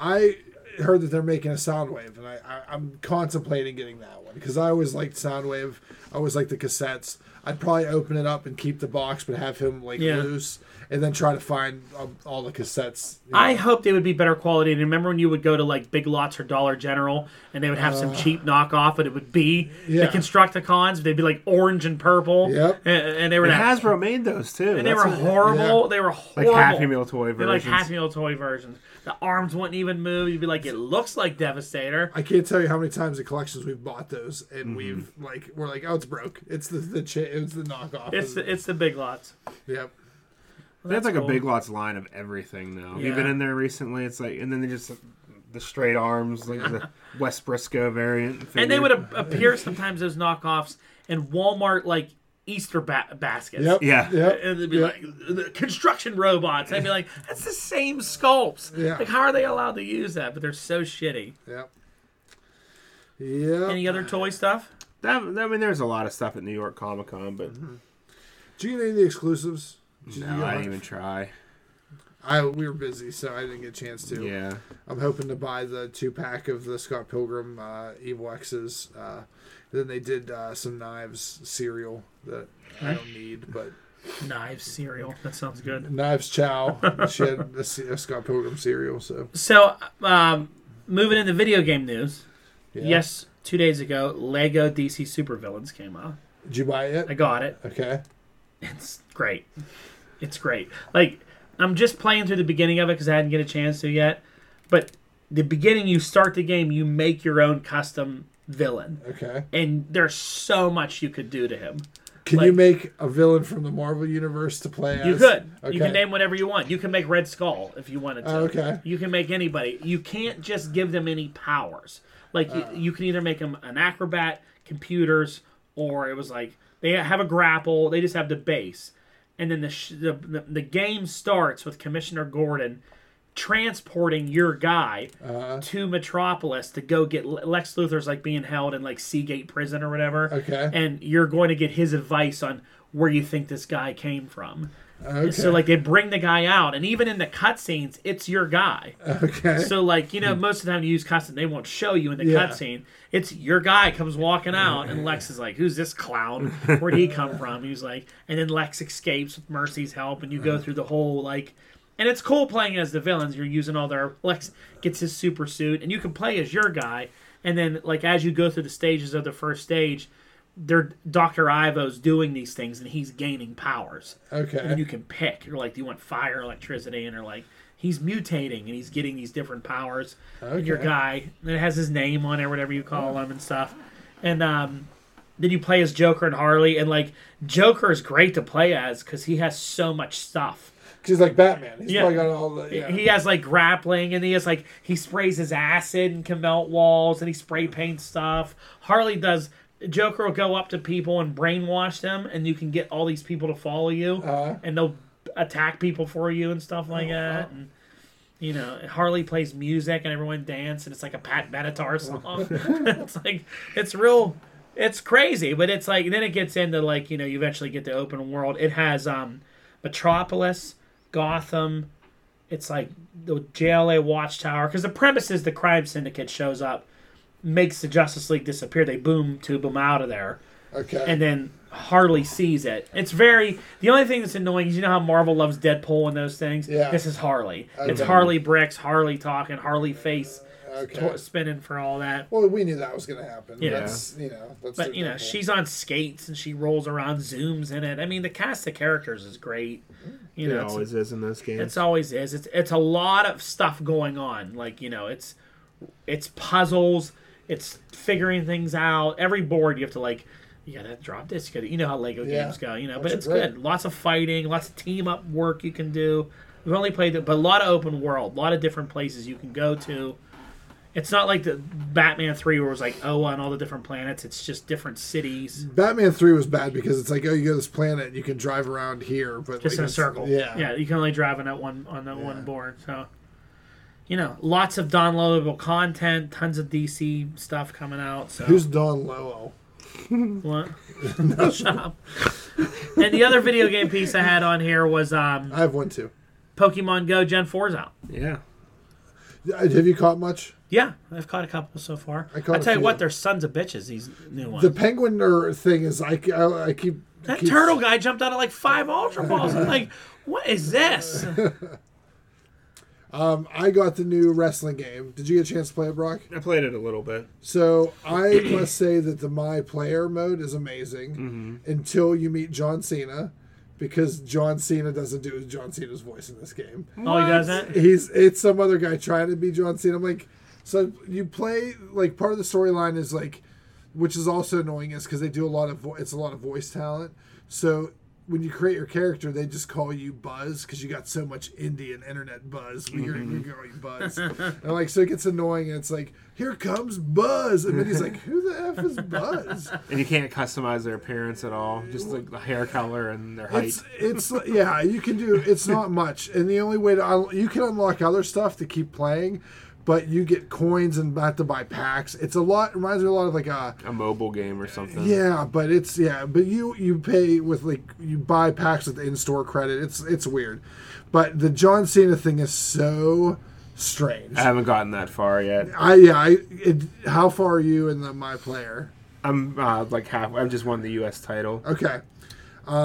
Speaker 1: I heard that they're making a Soundwave, and I, I I'm contemplating getting that one because I always liked Soundwave. I always liked the cassettes. I'd probably open it up and keep the box, but have him like
Speaker 2: Yeah.
Speaker 1: loose, and then try to find um, all the cassettes. you know.
Speaker 2: I hope they would be better quality. And remember when you would go to like Big Lots or Dollar General and they would have some cheap knockoff, and it would be
Speaker 1: Uh. Yeah.
Speaker 2: the Constructicons. but They'd be like orange and purple.
Speaker 1: Yep.
Speaker 2: And, and they were
Speaker 3: And
Speaker 2: that-
Speaker 3: Hasbro made those too.
Speaker 2: And they
Speaker 3: That's
Speaker 2: were
Speaker 3: what-
Speaker 2: horrible.
Speaker 1: yeah.
Speaker 2: They were
Speaker 3: like
Speaker 2: horrible.
Speaker 3: Happy Meal toy
Speaker 2: They're like
Speaker 3: versions.
Speaker 2: Happy Meal toy versions. The arms wouldn't even move. You'd be like, it looks like Devastator.
Speaker 1: I can't tell you how many times in collections we've bought those, and
Speaker 3: Mm-hmm.
Speaker 1: we've like we're like, oh, it's broke. It's the the cha- it's the knockoff.
Speaker 2: It's the, it's the Big Lots.
Speaker 1: yep.
Speaker 3: That's like
Speaker 2: cool.
Speaker 3: a Big Lots line of everything now.
Speaker 2: Yeah.
Speaker 3: You've been in there recently. It's like, and then they just the straight arms, like the West Briscoe variant.
Speaker 2: And they
Speaker 3: figure.
Speaker 2: would ap- appear sometimes those knockoffs in Walmart like Easter ba- baskets.
Speaker 1: Yep.
Speaker 3: Yeah.
Speaker 1: Yep.
Speaker 2: And they'd be
Speaker 1: Yeah.
Speaker 2: like the construction robots. I'd be like, that's the same sculpts.
Speaker 1: Yeah.
Speaker 2: Like, how are they allowed to use that? But they're so shitty.
Speaker 1: Yep. Yep.
Speaker 2: Any other toy stuff?
Speaker 3: That, I mean, there's a lot of stuff at New York Comic Con, but
Speaker 2: Mm-hmm.
Speaker 1: Did you get any of the exclusives? Did you get
Speaker 3: no, I
Speaker 1: one?
Speaker 3: didn't even try.
Speaker 1: I we were busy, so I didn't get a chance to.
Speaker 3: Yeah,
Speaker 1: I'm hoping to buy the two pack of the Scott Pilgrim uh, Evil X's. Uh, then they did uh, some knives cereal that I
Speaker 2: Hmm?
Speaker 1: don't need, but
Speaker 2: Knives, cereal. That sounds good.
Speaker 1: knives chow. she had a, ce- a Scott Pilgrim cereal, so
Speaker 2: So, um, moving into video game news.
Speaker 1: yeah.
Speaker 2: Yes, two days ago, Lego DC Supervillains came out.
Speaker 1: Did you buy
Speaker 2: I
Speaker 1: it?
Speaker 2: got it.
Speaker 1: Okay.
Speaker 2: It's great. It's great. Like, I'm just playing through the beginning of it because I hadn't get a chance to yet. But the beginning, you start the game, you make your own custom villain.
Speaker 1: Okay.
Speaker 2: And there's so much you could do to him.
Speaker 1: Can you
Speaker 2: Like-
Speaker 1: make a villain from the Marvel universe to play as?
Speaker 2: You could.
Speaker 1: Okay.
Speaker 2: You can name whatever you want. You can make Red Skull if you wanted to.
Speaker 1: Oh, okay.
Speaker 2: You can make anybody. You can't just give them any powers. Like
Speaker 1: Oh.
Speaker 2: you, you can either make them an acrobat, computers, or it was like they have a grapple. They just have the base, and then the sh- the, the, the game starts with Commissioner Gordon transporting your guy
Speaker 1: Uh-huh.
Speaker 2: to Metropolis to go get Le- Lex Luthor's like being held in like Seagate prison or whatever.
Speaker 1: Okay.
Speaker 2: And you're going to get his advice on where you think this guy came from.
Speaker 1: Okay.
Speaker 2: So like they bring the guy out, and even in the cutscenes, it's your guy.
Speaker 1: okay.
Speaker 2: So like you know, most of the time you use custom, they won't show you in the
Speaker 1: Yeah.
Speaker 2: cutscene. It's your guy comes walking out, and Lex is like, "Who's this clown? Where'd he come from?" He's like, and then Lex escapes with Mercy's help, and you go through the whole like, and it's cool playing as the villains. You're using all their Lex gets his super suit, and you can play as your guy. And then like as you go through the stages of the first stage, they're Doctor Ivo's doing these things, and he's gaining powers and then
Speaker 1: okay.
Speaker 2: you can pick. You're like, do you want fire, electricity, and you're like, he's mutating and he's getting these different powers. And your
Speaker 1: Okay. Oh.
Speaker 2: guy, and it has his name on it, whatever you call him and stuff. And um, then you play as Joker and Harley, and like Joker is great to play as because he has so much stuff.
Speaker 1: She's like Batman. He's
Speaker 2: Yeah.
Speaker 1: probably got all the. Yeah.
Speaker 2: He has like grappling, and he has like he sprays his acid and can melt walls, and he spray paints stuff. Harley does. Joker will go up to people and brainwash them, and you can get all these people to follow you, and they'll attack people for you and stuff like that. And, you know, Harley plays music and everyone dance, and it's like a Pat Benatar song. it's like it's real, it's crazy, but it's like then it gets into like you know you eventually get the open world. It has um, Metropolis, Gotham, it's like the JLA Watchtower because the premise is the crime syndicate shows up, makes the Justice League disappear. They boom tube them out of there,
Speaker 1: Okay.
Speaker 2: and then Harley sees it. It's very the only thing that's annoying is you know how Marvel loves Deadpool and those things.
Speaker 1: Yeah.
Speaker 2: this is Harley. It's
Speaker 1: Okay.
Speaker 2: Harley bricks, Harley talking, Harley face
Speaker 1: okay.
Speaker 2: to- spinning for all that.
Speaker 1: Well, we knew that was going to happen.
Speaker 2: Yeah.
Speaker 1: That's, you know, that's
Speaker 2: But
Speaker 1: their
Speaker 2: you know
Speaker 1: Deadpool.
Speaker 2: she's on skates and she rolls around, zooms in it. I mean the cast of characters is great. You know
Speaker 3: it
Speaker 2: it's-
Speaker 3: always is in those games.
Speaker 2: It's always is. It's it's a lot of stuff going on. Like you know, it's it's puzzles. It's figuring things out. Every board you have to like you got to drop disc. You, gotta, you know how Lego
Speaker 1: Yeah.
Speaker 2: games go, you know, but
Speaker 1: Which are
Speaker 2: it's
Speaker 1: great.
Speaker 2: good. Lots of fighting, lots of team up work you can do. We've only played it, but a lot of open world, a lot of different places you can go to. It's not like the Batman Three where it was like oh on all the different planets. It's just different cities,
Speaker 1: Batman Three was bad because it's like, oh, you go to this planet, and you can drive around here, but like,
Speaker 2: just in a
Speaker 1: it's-
Speaker 2: circle.
Speaker 1: Yeah,
Speaker 2: yeah. You can only drive on that one on that
Speaker 1: Yeah.
Speaker 2: one board. So, you know, lots of downloadable content, tons of DC stuff coming out. So
Speaker 1: Who's Don Lowell?
Speaker 2: What? Shut up. And the other video game piece I had on here was um,
Speaker 1: I have one too.
Speaker 2: Pokemon Go Gen 4's out.
Speaker 3: Yeah.
Speaker 1: Uh, Have you caught much?
Speaker 2: Yeah, I've caught a couple so far.
Speaker 1: I
Speaker 2: I
Speaker 1: caught
Speaker 2: will
Speaker 1: a
Speaker 2: tell you
Speaker 1: few.
Speaker 2: what, they're sons of bitches, these new ones.
Speaker 1: The penguin er, thing is, I, I, I keep
Speaker 2: that
Speaker 1: keep-
Speaker 2: turtle guy jumped out of like five Ultra Balls. I'm like, what is this? Oh,
Speaker 1: Um, I got the new wrestling game. Did you get a chance to play it, Brock?
Speaker 3: I played it a little bit.
Speaker 1: So I must say that the my player mode is amazing until you meet John Cena, because John Cena doesn't do John Cena's voice in this game.
Speaker 2: All he does that?
Speaker 1: He's it's some other guy trying to be John Cena. I'm like, so you play like part of the storyline is like, which is also annoying is because they do a lot of vo- it's a lot of voice talent. So when you create your character, they just call you Buzz because you got so much Indian internet buzz. We are we call you Buzz, and like so it gets annoying. And it's like, here comes Buzz, and then he's like, who the f is Buzz?
Speaker 3: And you can't customize their appearance at all, just like the hair color and their height.
Speaker 1: It's it's yeah, you can do it's not much, and the only way to un- you can unlock other stuff to keep playing, but you get coins and have to buy packs. It's a lot reminds me a lot of like a
Speaker 3: a mobile game or something.
Speaker 1: yeah, but it's yeah, but you you pay with like you buy packs with in store credit. It's it's weird, but the John Cena thing is so strange.
Speaker 3: I haven't gotten that far yet.
Speaker 1: I yeah, I it, how far are you in the my player?
Speaker 3: I'm uh, like half. I've just won the U.S. title.
Speaker 1: Okay. Um,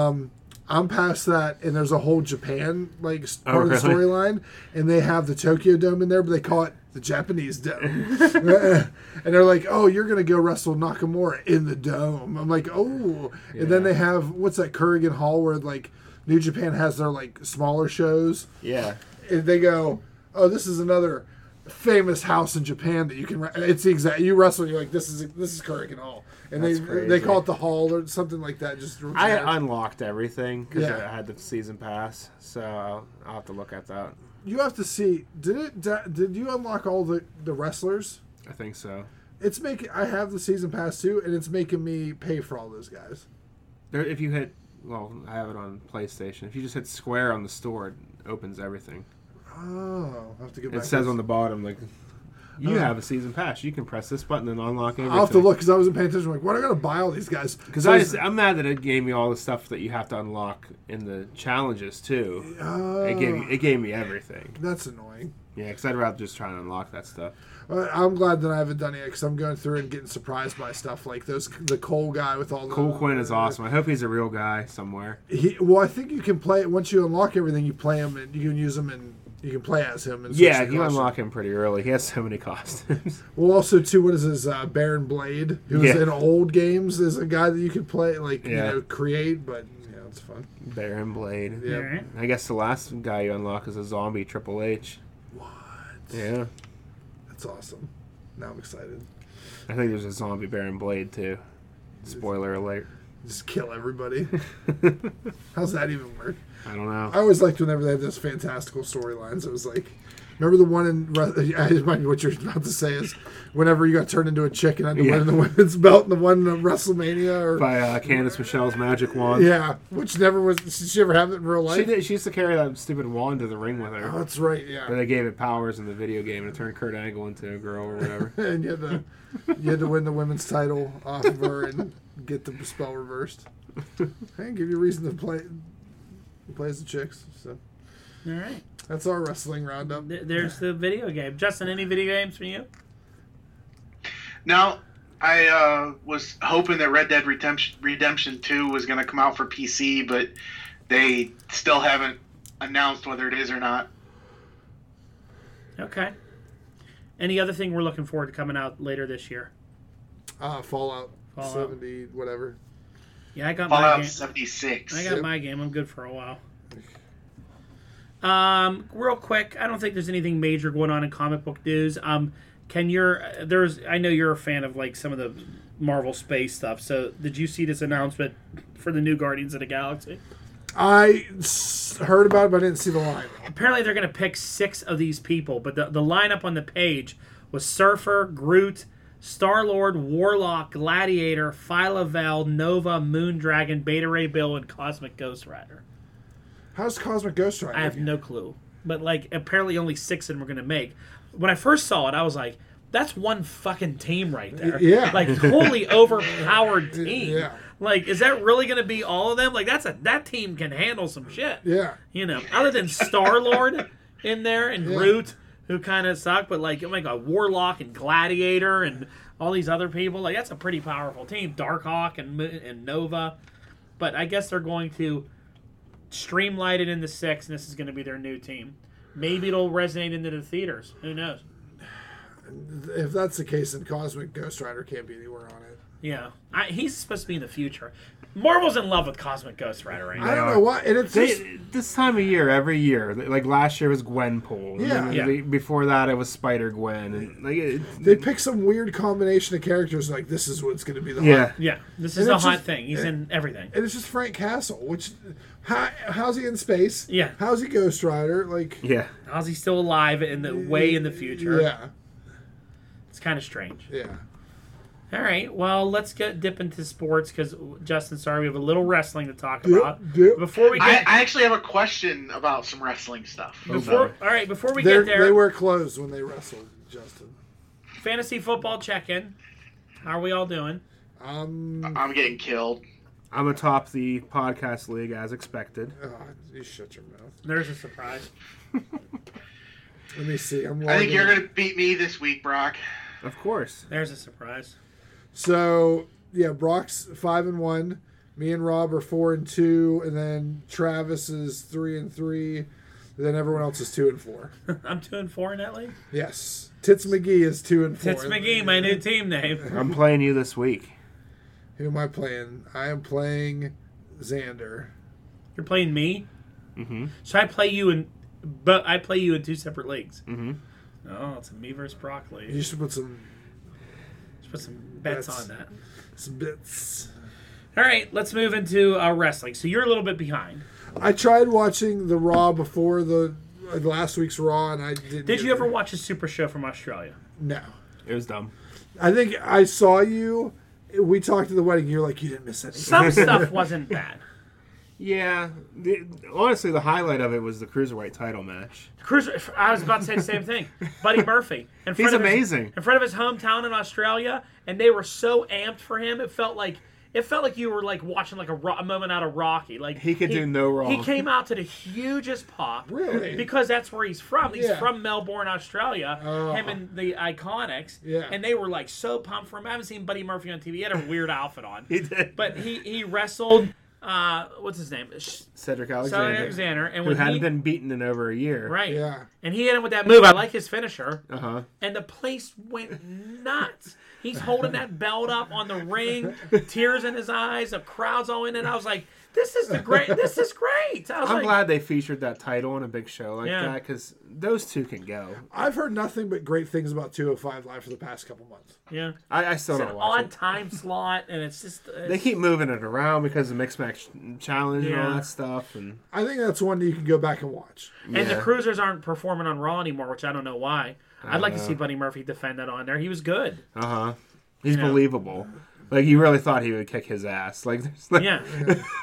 Speaker 1: I'm past that, and there's a whole Japan like s- part of the
Speaker 3: really?
Speaker 1: storyline, and they have the Tokyo Dome in there, but they call it the Japanese Dome, and they're like, "Oh, you're gonna go wrestle Nakamura in the dome." I'm like, "Oh," and then they have what's that Kurrigan Hall where like New Japan has their like smaller shows,
Speaker 3: Yeah.
Speaker 1: and they go, "Oh, this is another." Famous house in Japan that you can. re- It's the exact. You wrestle. You're like this is this is Kurrigan Hall, and
Speaker 3: That's
Speaker 1: they they
Speaker 3: crazy.
Speaker 1: call it the Hall or something like that. Just
Speaker 3: I had unlocked everything because
Speaker 1: Yeah.
Speaker 3: I had the season pass, so I'll, I'll have to look at that.
Speaker 1: you have to see did it da- did you unlock all the the wrestlers
Speaker 3: I think so.
Speaker 1: it's making i have the season pass too and it's making me pay for all those guys
Speaker 3: There, if you hit, well, I have it on PlayStation. If you just hit square on the store, it opens everything.
Speaker 1: oh i have to get
Speaker 3: It
Speaker 1: back
Speaker 3: says
Speaker 1: to-
Speaker 3: on the bottom like, you
Speaker 1: Oh.
Speaker 3: have a season pass. You can press this button and unlock everything.
Speaker 1: i'll have to look because i wasn't paying attention like what am i gonna buy all these guys
Speaker 3: Because
Speaker 1: So
Speaker 3: I
Speaker 1: it's-
Speaker 3: just, I'm mad that it gave me all the stuff that you have to unlock in the challenges too.
Speaker 1: Oh,
Speaker 3: It gave me, it gave me everything.
Speaker 1: that's annoying
Speaker 3: Yeah, because I'd rather just try and unlock that stuff.
Speaker 1: Uh, i'm glad that i haven't done it because i'm going through and getting surprised by stuff like those the cole guy with all the
Speaker 3: Cole Quinn is awesome. I hope he's a real guy somewhere.
Speaker 1: he, well i think you can play it once you unlock everything you play him and you can use him and you can play as him and switch
Speaker 3: Yeah,
Speaker 1: the
Speaker 3: you
Speaker 1: costume.
Speaker 3: unlock him pretty early. He has so many costumes.
Speaker 1: Well, also too, what is his uh, Baron Blade, who's
Speaker 3: Yeah.
Speaker 1: in old games, is a guy that you could play, like
Speaker 3: Yeah.
Speaker 1: you know, create. But yeah, it's fun.
Speaker 3: Baron Blade.
Speaker 1: Yeah.
Speaker 2: All right.
Speaker 3: I guess the last guy you unlock is a zombie Triple H. What? Yeah.
Speaker 1: That's awesome. Now I'm excited.
Speaker 3: I think there's a zombie Baron Blade too. Spoiler alert.
Speaker 1: Just kill everybody. How's that even work?
Speaker 3: I don't know.
Speaker 1: I always liked whenever they had those fantastical storylines. It was like, remember the one in Re- I remind me what you're about to say is, whenever you got turned into a chicken and had to
Speaker 3: Yeah.
Speaker 1: win the women's belt, and the one in WrestleMania or
Speaker 3: By uh, Candice Michelle's magic wand.
Speaker 1: yeah, which never was. Did she ever have it in real life?
Speaker 3: She did. She used to carry that stupid wand to the ring with her.
Speaker 1: Oh, that's right.
Speaker 3: But
Speaker 1: Yeah,
Speaker 3: they gave it powers in the video game and it turned Kurt Angle into a girl or whatever.
Speaker 1: and you had to you had to win the women's title off of her and get the spell reversed. I give you a reason to play play as the chicks. So
Speaker 2: All right.
Speaker 1: that's our wrestling roundup.
Speaker 2: Th- There's the video game. Justin, any video games from you?
Speaker 5: Now, I uh, was hoping that Red Dead Redemption, Redemption 2 was going to come out for PC, but they still haven't announced whether it is or not.
Speaker 2: Okay. Any other thing we're looking forward to coming out later this year?
Speaker 1: Ah, Fallout,
Speaker 2: Fallout.
Speaker 1: seventy whatever.
Speaker 2: Yeah, I got my
Speaker 5: Fallout
Speaker 2: game.
Speaker 5: 76.
Speaker 2: I got my game. I'm good for a while. Um, real quick, I don't think there's anything major going on in comic book news. Um, Can your there's I know you're a fan of like some of the Marvel space stuff. So did you see this announcement for the new Guardians of the Galaxy?
Speaker 1: I s- heard about it, but I didn't see the line.
Speaker 2: Apparently they're going to pick six of these people, but the, the lineup on the page was Surfer, Groot, Star Lord, Warlock, Gladiator, Phylavel, Nova, Moondragon, Beta Ray Bill, and Cosmic Ghost Rider.
Speaker 1: How's Cosmic Ghost Rider?
Speaker 2: I have no clue. But like apparently only six of them are gonna make. When I first saw it, I was like, that's one fucking team right there.
Speaker 1: Yeah.
Speaker 2: Like totally overpowered team.
Speaker 1: Yeah.
Speaker 2: Like, is that really gonna be all of them? Like that's a that team can handle some shit.
Speaker 1: yeah.
Speaker 2: You know, other than Star Lord in there and Groot, who kinda suck, but like oh my god, Warlock and Gladiator and all these other people, like that's a pretty powerful team. Darkhawk and Mo- and Nova. But I guess they're going to streamline it into six, and this is going to be their new team. Maybe it'll resonate into the theaters. Who knows?
Speaker 1: If that's the case, then Cosmic Ghost Rider can't be anywhere on it.
Speaker 2: Yeah, I, he's supposed to be in the future. Marvel's in love with Cosmic Ghost Rider right
Speaker 1: I
Speaker 2: now.
Speaker 1: don't
Speaker 3: are.
Speaker 1: know why. And it's just,
Speaker 3: They, this time of year, every year, like last year was Gwenpool. and then
Speaker 2: Yeah.
Speaker 3: the-
Speaker 2: Yeah.
Speaker 3: Before that, it was Spider Gwen, and like it,
Speaker 1: they pick some weird combination of characters. Like this is what's going to be the
Speaker 3: yeah,
Speaker 1: hot-
Speaker 2: Yeah, this
Speaker 1: And
Speaker 2: is the
Speaker 1: it's
Speaker 2: hot
Speaker 1: just-
Speaker 2: thing. He's in everything.
Speaker 1: And it's just Frank Castle, which how, how's he in space?
Speaker 2: Yeah.
Speaker 1: How's he Ghost Rider? Like
Speaker 3: yeah.
Speaker 2: How's he still alive in the way in the future?
Speaker 1: Yeah.
Speaker 2: It's kind of strange.
Speaker 1: Yeah.
Speaker 2: All right, well, let's get dip into sports because Justin, sorry, we have a little wrestling to talk
Speaker 1: Dip,
Speaker 2: about.
Speaker 1: dip.
Speaker 2: Before we
Speaker 5: I,
Speaker 2: get,
Speaker 5: I actually have a question about some wrestling stuff.
Speaker 2: before, all right, before we
Speaker 1: They're-
Speaker 2: get there,
Speaker 1: They wear clothes when they wrestle, Justin.
Speaker 2: fantasy football check-in. How are we all doing?
Speaker 1: Um,
Speaker 5: I'm getting killed.
Speaker 3: I'm atop the podcast league as expected.
Speaker 1: oh, you shut your mouth.
Speaker 2: There's a surprise.
Speaker 1: Let me see. I'm
Speaker 5: I think
Speaker 1: logging
Speaker 5: you're
Speaker 1: in.
Speaker 5: gonna beat me this week, Brock.
Speaker 3: Of course.
Speaker 2: There's a surprise.
Speaker 1: So yeah, Brock's five and one. Me and Rob are four and two, and then Travis is three and three. and then everyone else is two and four.
Speaker 2: I'm two and four in that league.
Speaker 1: Yes, Tits McGee is two and four.
Speaker 2: Tits McGee, my new team name.
Speaker 3: I'm playing you this week.
Speaker 1: Who am I playing? I am playing Xander.
Speaker 2: You're playing me,
Speaker 3: Mm-hmm.
Speaker 2: so I play you in, but I play you in two separate leagues.
Speaker 3: Mm-hmm.
Speaker 2: Oh, it's a me versus Brock league.
Speaker 1: You should put some
Speaker 2: Let's put some bets
Speaker 1: That's-
Speaker 2: on that.
Speaker 1: some bits.
Speaker 2: All right, let's move into uh, wrestling. So you're a little bit behind.
Speaker 1: I tried watching the Raw before the uh, last week's Raw, and I didn't.
Speaker 2: Did
Speaker 1: get
Speaker 2: you ever
Speaker 1: it.
Speaker 2: watch a super show from Australia?
Speaker 1: No.
Speaker 3: It was dumb.
Speaker 1: I think I saw you. We talked at the wedding. You're like, you didn't miss anything.
Speaker 2: Some stuff wasn't bad.
Speaker 3: Yeah. The, honestly, the highlight of it was the cruiserweight title match.
Speaker 2: Cruiser, I was about to say the same thing. Buddy Murphy. In front
Speaker 3: He's
Speaker 2: of his-
Speaker 3: amazing.
Speaker 2: in front of his hometown in Australia, and they were so amped for him. It felt like it felt like you were like watching like a, ro- a moment out of Rocky. Like
Speaker 3: He could do no wrong.
Speaker 2: He came out to the hugest pop,
Speaker 1: Really?
Speaker 2: because that's where he's from. He's
Speaker 1: Yeah.
Speaker 2: from Melbourne, Australia.
Speaker 1: Oh.
Speaker 2: Him and the Iconics,
Speaker 1: Yeah.
Speaker 2: and they were like so pumped for him. I haven't seen Buddy Murphy on TV. He had a weird outfit on,
Speaker 3: He did.
Speaker 2: but he he wrestled. Uh, what's his name? Sh-
Speaker 3: Cedric
Speaker 2: Cedric
Speaker 3: Alexander,
Speaker 2: Alexander, and
Speaker 3: who
Speaker 2: when
Speaker 3: hadn't
Speaker 2: he,
Speaker 3: been beaten in over a year.
Speaker 2: right,
Speaker 1: Yeah.
Speaker 2: and he hit him with that move. I like his finisher
Speaker 3: Uh huh.
Speaker 2: and the place went nuts. He's holding that belt up on the ring, tears in his eyes, the crowd's all in, and I was like, "This is the great. This is great." I was
Speaker 3: I'm
Speaker 2: like,
Speaker 3: glad they featured that title on a big show like
Speaker 2: Yeah.
Speaker 3: that because those two can go.
Speaker 1: I've heard nothing but great things about 205 Live for the past couple months.
Speaker 2: "Yeah."
Speaker 3: I, I still
Speaker 2: It's an
Speaker 3: don't watch
Speaker 2: odd
Speaker 3: it.
Speaker 2: time slot, and it's just uh, it's,
Speaker 3: They keep moving it around because of Mixed Match Challenge and all
Speaker 2: Yeah.
Speaker 3: that stuff. And
Speaker 1: I think that's one that you can go back and watch.
Speaker 2: and the
Speaker 3: Yeah.
Speaker 2: cruisers aren't performing on Raw anymore, which I don't know why. I'd like to
Speaker 3: know.
Speaker 2: see Buddy Murphy defend that on there. He was good.
Speaker 3: Uh huh. He's
Speaker 2: Yeah.
Speaker 3: believable. Like you really thought he would kick his ass. Like, there's like
Speaker 2: Yeah,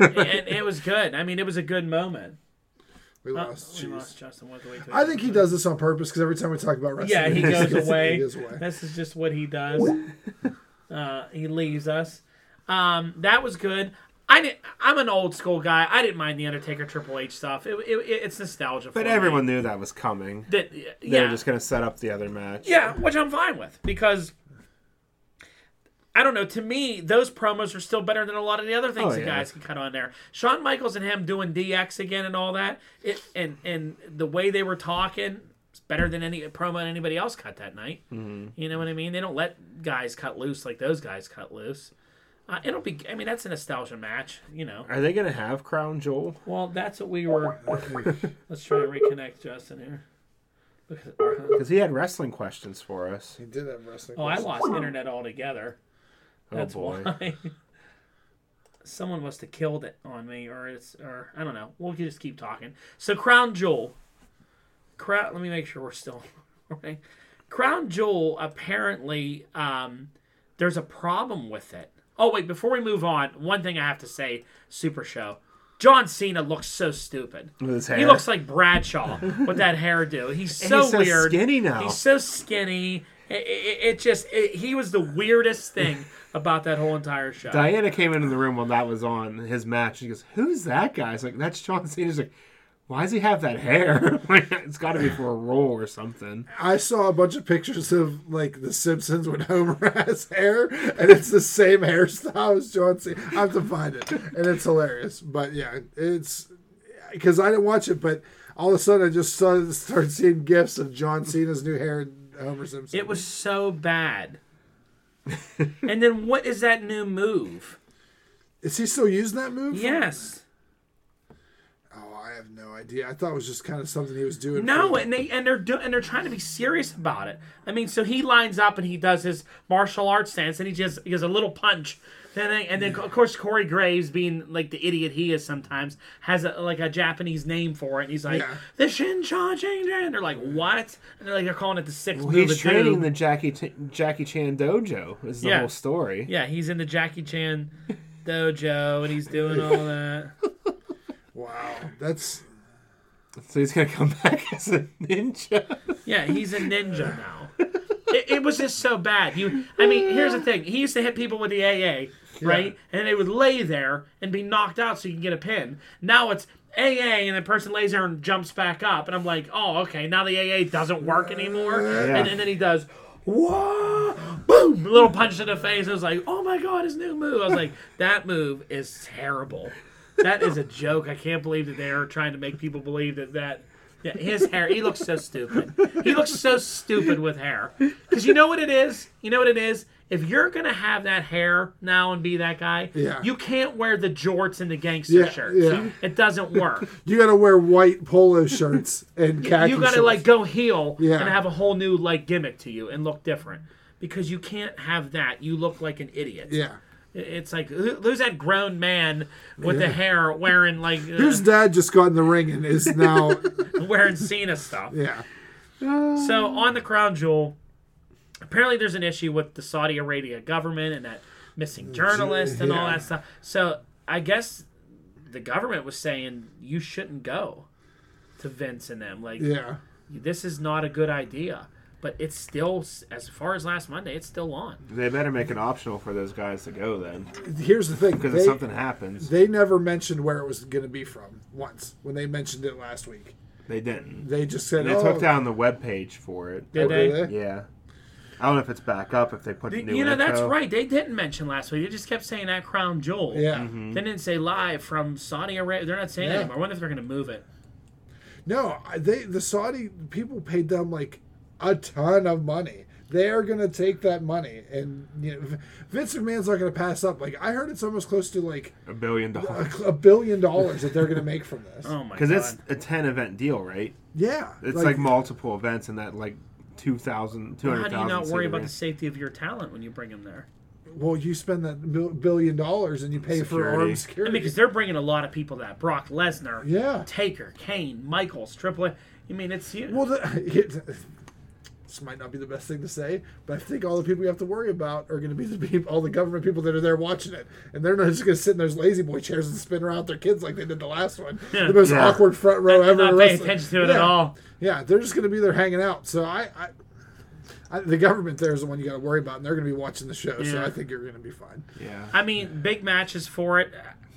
Speaker 2: and it was good. I mean, it was a good moment.
Speaker 1: We
Speaker 2: Oh,
Speaker 1: lost.
Speaker 2: we
Speaker 1: Jeez.
Speaker 2: lost Justin. We'll have to wait till-
Speaker 1: I think he does this on purpose because every time we talk about wrestling,
Speaker 2: Yeah, he goes away.
Speaker 1: He goes away.
Speaker 2: This is just what he does. Uh, he leaves us. Um, that was good. I didn't, I'm an old school guy. I didn't mind the Undertaker Triple H stuff. It, it, it- it's nostalgia.
Speaker 3: But
Speaker 2: for
Speaker 3: everyone
Speaker 2: me.
Speaker 3: knew that was coming.
Speaker 2: that
Speaker 3: They
Speaker 2: yeah
Speaker 3: were just gonna set up the other match.
Speaker 2: yeah, which I'm fine with because I don't know. To me, those promos are still better than a lot of the other things
Speaker 3: Oh,
Speaker 2: the
Speaker 3: yeah.
Speaker 2: guys can cut on there. Shawn Michaels and him doing DX again and all that, it, and and the way they were talking it's better than any promo anybody else cut that night.
Speaker 3: Mm-hmm.
Speaker 2: You know what I mean? They don't let guys cut loose like those guys cut loose. Uh, it'll be. I mean, that's a nostalgia match. You know.
Speaker 3: Are they gonna have Crown Jewel?
Speaker 2: Well, that's what we were. Let's try to reconnect Justin here. Oh,
Speaker 3: because he had wrestling questions for us.
Speaker 1: He did have wrestling.
Speaker 2: I
Speaker 1: questions.
Speaker 2: lost internet altogether.
Speaker 3: Oh
Speaker 2: That's
Speaker 3: boy,
Speaker 2: why. Someone must have killed it on me, or it's, or I don't know. We'll just keep talking. So Crown Jewel, Crown. Let me make sure we're still. Okay. Crown Jewel. Apparently, um, there's a problem with it. Oh wait, before we move on, one thing I have to say: Super Show. John Cena looks so stupid.
Speaker 3: with his hair.
Speaker 2: He looks like Bradshaw with that hairdo. He's so,
Speaker 3: he's so
Speaker 2: weird.
Speaker 3: skinny now.
Speaker 2: He's so skinny. It, it- it just it, he was the weirdest thing about that whole entire show.
Speaker 3: Diana came into the room while that was on his match. She goes, "Who's that guy?" It's like, "That's John Cena." She's like, "Why does he have that hair? like, it's got to be for a role or something."
Speaker 1: I saw a bunch of pictures of like The Simpsons when Homer has hair, and it's the same hairstyle as John Cena. I have to find it, and it's hilarious. But yeah, it's because I didn't watch it, but all of a sudden I just started, started seeing gifs of John Cena's new hair and Homer Simpson.
Speaker 2: It was so bad. and then what is that new move?
Speaker 1: Is he still using that move?
Speaker 2: Yes.
Speaker 1: Oh, I have no idea. I thought it was just kind of something he was doing.
Speaker 2: No,
Speaker 1: for-
Speaker 2: and they and they're do, and they're trying to be serious about it. I mean, so he lines up and he does his martial arts stance and he just he gives a little punch. Then they, and then
Speaker 3: Mm.
Speaker 2: of course Corey Graves, being like the idiot he is sometimes, has a, like a Japanese name for it. And he's like
Speaker 1: Yeah.
Speaker 2: the Shinchan Changin. They're like what? And they're like they're calling it the sixth
Speaker 3: Well,
Speaker 2: move.
Speaker 3: he's
Speaker 2: of doom.
Speaker 3: training the Jackie T- Jackie Chan dojo. Is the
Speaker 2: Yeah.
Speaker 3: whole story.
Speaker 2: Yeah, he's in the Jackie Chan dojo and he's doing all that.
Speaker 1: wow, that's
Speaker 3: So he's gonna come back as a ninja.
Speaker 2: Yeah, he's a ninja now. It, it was just so bad. You, I mean, here's the thing. He used to hit people with the AA, right? And they would lay there and be knocked out so you can get a pin. Now it's AA, and the person lays there and jumps back up, and I'm like, oh, okay. Now the AA doesn't work anymore. And, and then he does. Whoa! Boom! Little punch to the face. I was like, "Oh my god, his new move!" I was like, "That move is terrible. That is a joke. I can't believe that they are trying to make people believe that that." Yeah, his hair. He looks so stupid. He looks so stupid with hair. Because you know what it is. You know what it is. If you're gonna have that hair now and be that guy,
Speaker 1: Yeah.
Speaker 2: you can't wear the jorts and the gangster
Speaker 1: yeah,
Speaker 2: shirts.
Speaker 1: yeah.
Speaker 2: It doesn't work.
Speaker 1: You got to wear white polo shirts and khaki.
Speaker 2: you gotta
Speaker 1: shorts.
Speaker 2: like go heel
Speaker 1: Yeah.
Speaker 2: and have a whole new like gimmick to you and look different because you can't have that you look like an idiot
Speaker 1: yeah.
Speaker 2: It- it's like who- who's that grown man with the hair wearing like
Speaker 1: His
Speaker 2: uh,
Speaker 1: dad just got in the ring and is now
Speaker 2: wearing cena stuff
Speaker 1: yeah.
Speaker 2: so on the crown jewel apparently there's an issue with the saudi arabia government and that missing journalist and all
Speaker 1: yeah.
Speaker 2: that stuff so i guess the government was saying you shouldn't go to vince and them like
Speaker 1: Yeah.
Speaker 2: this is not a good idea. But it's still, as far as last Monday, it's still on.
Speaker 3: They better make it optional for those guys to go then,
Speaker 1: Here's the thing.
Speaker 3: because
Speaker 1: they,
Speaker 3: if something happens,
Speaker 1: they never mentioned where it was going to be from once when they mentioned it last week.
Speaker 3: they didn't.
Speaker 1: They just said,
Speaker 3: They
Speaker 1: oh,
Speaker 3: took down the web page for it.
Speaker 2: Did
Speaker 1: oh,
Speaker 2: they?
Speaker 1: did
Speaker 3: Yeah, I don't know if it's back up. If they put new
Speaker 2: you know, that's
Speaker 3: info.
Speaker 2: right. They didn't mention last week. They just kept saying that Crown Jewel.
Speaker 1: Yeah.
Speaker 3: Mm-hmm.
Speaker 2: They didn't say live from Saudi Arabia. They're not saying
Speaker 1: Yeah.
Speaker 2: anymore. I wonder if they're going to move it.
Speaker 1: No, I- they the Saudi people paid them like a ton of money. They are going to take that money, and you know, V- Vince McMahon's not going to pass up. Like I heard, it's almost close to like
Speaker 3: A billion
Speaker 1: a,
Speaker 3: dollars.
Speaker 1: a billion dollars that they're going to make from this.
Speaker 2: Oh, my God.
Speaker 3: Because it's a ten event deal, right?
Speaker 1: yeah,
Speaker 3: It's like, multiple events in that like 2,000,
Speaker 2: How
Speaker 3: 200,000.
Speaker 2: do you not worry about the
Speaker 3: seat
Speaker 2: safety of your talent when you bring them there?
Speaker 1: well, you spend that bil- billion dollars and you pay for
Speaker 3: Security.
Speaker 1: armed
Speaker 2: I mean,
Speaker 1: security.
Speaker 2: because they're bringing a lot of people that Brock Lesnar,
Speaker 1: yeah,
Speaker 2: Taker, Kane, Michaels, Triple H. I mean, it's huge.
Speaker 1: Well, the, this might not be the best thing to say, but I think all the people you have to worry about are going to be the people, all the government people that are there watching it, and they're not just going to sit in those lazy boy chairs and spin around their kids like they did the last one, the most
Speaker 3: Yeah.
Speaker 1: awkward front row ever.
Speaker 2: they're
Speaker 1: in
Speaker 2: not paying
Speaker 1: wrestling.
Speaker 2: attention to it
Speaker 1: yeah.
Speaker 2: at all.
Speaker 1: Yeah, they're just going to be there hanging out. So I. I I, the government there is the one you got to worry about, and they're going to be watching the show, so
Speaker 2: Yeah.
Speaker 1: I think you're going to be fine.
Speaker 3: Yeah.
Speaker 2: I mean, big matches for it.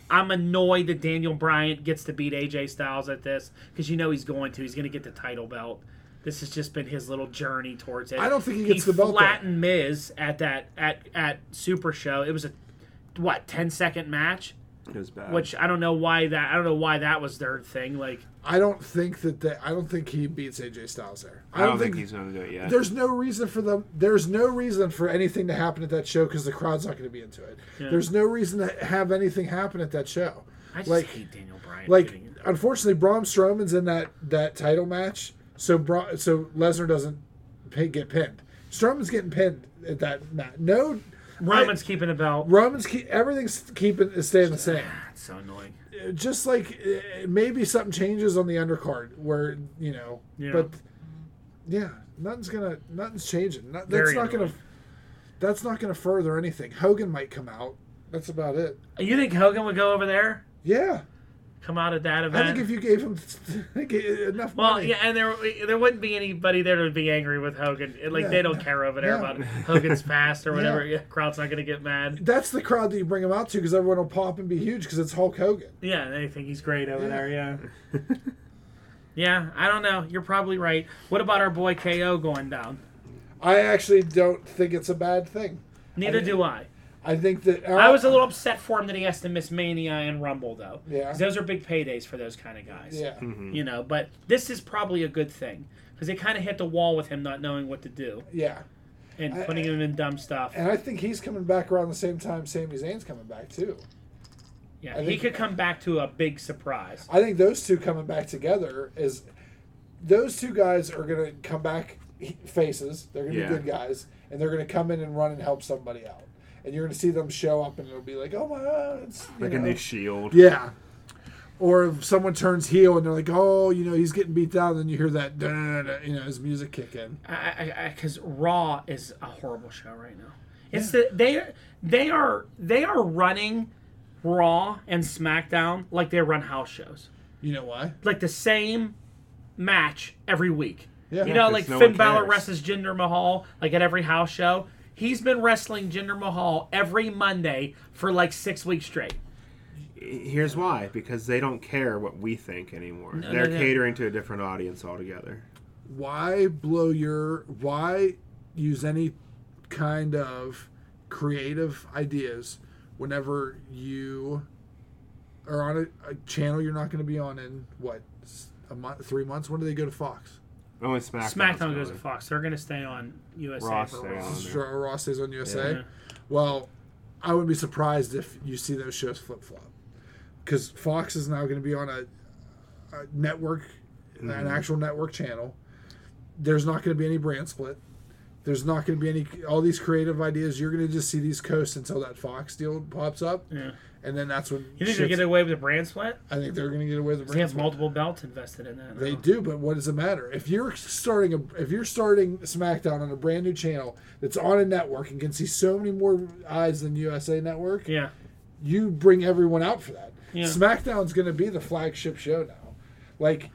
Speaker 2: I'm annoyed that Daniel Bryant gets to beat AJ Styles at this because you know he's going to. He's going to get the title belt. This has just been his little journey towards it.
Speaker 1: I don't think he gets the belt, though.
Speaker 2: Flattened Miz at that at at Super Show. It was a what 10 second match,
Speaker 3: It was bad.
Speaker 2: which I don't know why that I don't know why that was their thing. Like
Speaker 1: I don't think that they, I don't think he beats AJ Styles there.
Speaker 3: I don't think he's going to do it yet.
Speaker 1: There's no reason for them. There's no reason for anything to happen at that show because the crowd's not going to be into it. There's no reason to have anything happen at that show.
Speaker 2: I just
Speaker 1: Like-
Speaker 2: hate Daniel Bryant.
Speaker 1: Like,
Speaker 2: getting-
Speaker 1: unfortunately, Braun Strowman's in that that title match, So Bro- so Lesnar doesn't pay, get pinned. Strowman's getting pinned at that match. No,
Speaker 2: Roman's keeping the belt.
Speaker 1: Roman's keep, everything's keeping is staying the same.
Speaker 2: That's so annoying.
Speaker 1: Just like uh, maybe something changes on the undercard where you know,
Speaker 2: Yeah.
Speaker 1: but yeah, nothing's gonna nothing's changing. Not, that's
Speaker 2: Very
Speaker 1: not gonna
Speaker 2: annoying.
Speaker 1: that's not gonna further anything. Hogan might come out. That's about it.
Speaker 2: You think Hogan would go over there?
Speaker 1: Yeah,
Speaker 2: Come out at that
Speaker 1: I
Speaker 2: event?
Speaker 1: think if you gave him enough
Speaker 2: well,
Speaker 1: money,
Speaker 2: yeah, and there there wouldn't be anybody there to be angry with Hogan. It- Like
Speaker 1: No,
Speaker 2: they don't
Speaker 1: no,
Speaker 2: care over there
Speaker 1: no.
Speaker 2: about Hogan's fast or whatever. Yeah, crowd's not gonna get mad.
Speaker 1: that's the crowd that you bring him out to because everyone will pop and be huge because it's Hulk Hogan.
Speaker 2: Yeah, they think he's great over there. Yeah. yeah, I don't know. You're probably right. What about our boy KO going down?
Speaker 1: I actually don't think it's a bad thing.
Speaker 2: Neither do I.
Speaker 1: I think that
Speaker 2: I was a little upset for him that he has to miss Mania and Rumble though.
Speaker 1: Yeah.
Speaker 2: 'Cause Those are big paydays for those kind of guys.
Speaker 1: yeah.
Speaker 2: You know, but this is probably a good thing because they kind of hit the wall with him not knowing what to do
Speaker 1: Yeah,
Speaker 2: and
Speaker 1: I-
Speaker 2: putting him in dumb stuff.
Speaker 1: and I think he's coming back around the same time Sami Zayn's coming back too.
Speaker 2: yeah,
Speaker 1: I
Speaker 2: he
Speaker 1: think-
Speaker 2: could come back to a big surprise.
Speaker 1: I think those two coming back together is those two guys are gonna come back he- faces. They're gonna
Speaker 3: Yeah.
Speaker 1: be good guys, and they're gonna come in and run and help somebody out. And you're gonna see them show up, and it'll be like, oh my, God, it's you
Speaker 3: Like a
Speaker 1: know.
Speaker 3: new shield.
Speaker 1: Yeah. Or if someone turns heel and they're like, oh, you know, he's getting beat down, then you hear that, da, da, da, da, you know, his music kick in.
Speaker 2: I because Raw is a horrible show right now. It's the they they are they are running Raw and SmackDown like they run house shows.
Speaker 1: You know why?
Speaker 2: like the same match every week.
Speaker 1: Yeah.
Speaker 2: you
Speaker 1: Yeah,
Speaker 2: know,
Speaker 3: 'cause
Speaker 2: like
Speaker 3: no
Speaker 2: Finn
Speaker 3: one
Speaker 2: Balor
Speaker 3: cares.
Speaker 2: wrestles Jinder Mahal like at every house show. He's been wrestling Jinder Mahal every Monday for like six weeks straight.
Speaker 3: Here's why: because they don't care what we think anymore.
Speaker 2: No,
Speaker 3: They're
Speaker 2: no, no.
Speaker 3: catering to a different audience altogether.
Speaker 1: Why blow your, why use any kind of creative ideas whenever you are on a, a channel you're not going to be on in, what, s- a month, three months? When do they go to Fox?
Speaker 3: Only SmackDown.
Speaker 2: SmackDown goes to Fox. They're gonna stay on USA
Speaker 3: Raw
Speaker 2: for
Speaker 3: stay
Speaker 2: a while.
Speaker 3: on.
Speaker 1: Sure, Raw stays on USA.
Speaker 2: Yeah.
Speaker 1: Well, I wouldn't be surprised if you see those shows flip flop, because Fox is now going to be on a, a network, an actual network channel. There's not going to be any brand split. There's not going to be any all these creative ideas. You're going to just see these coasts until that Fox deal pops up,
Speaker 2: Yeah.
Speaker 1: and then that's when
Speaker 2: You think they
Speaker 1: shit's-
Speaker 2: get away with a brand split?
Speaker 1: I think they're going to get away with the
Speaker 2: They
Speaker 1: brand
Speaker 2: have
Speaker 1: split.
Speaker 2: multiple belts invested in that.
Speaker 1: They
Speaker 2: now.
Speaker 1: do, but what does it matter? If you're starting a if you're starting SmackDown on a brand new channel that's on a network and can see so many more eyes than USA Network,
Speaker 2: Yeah.
Speaker 1: you bring everyone out for that.
Speaker 2: Yeah.
Speaker 1: SmackDown's going to be the flagship show now. Like, at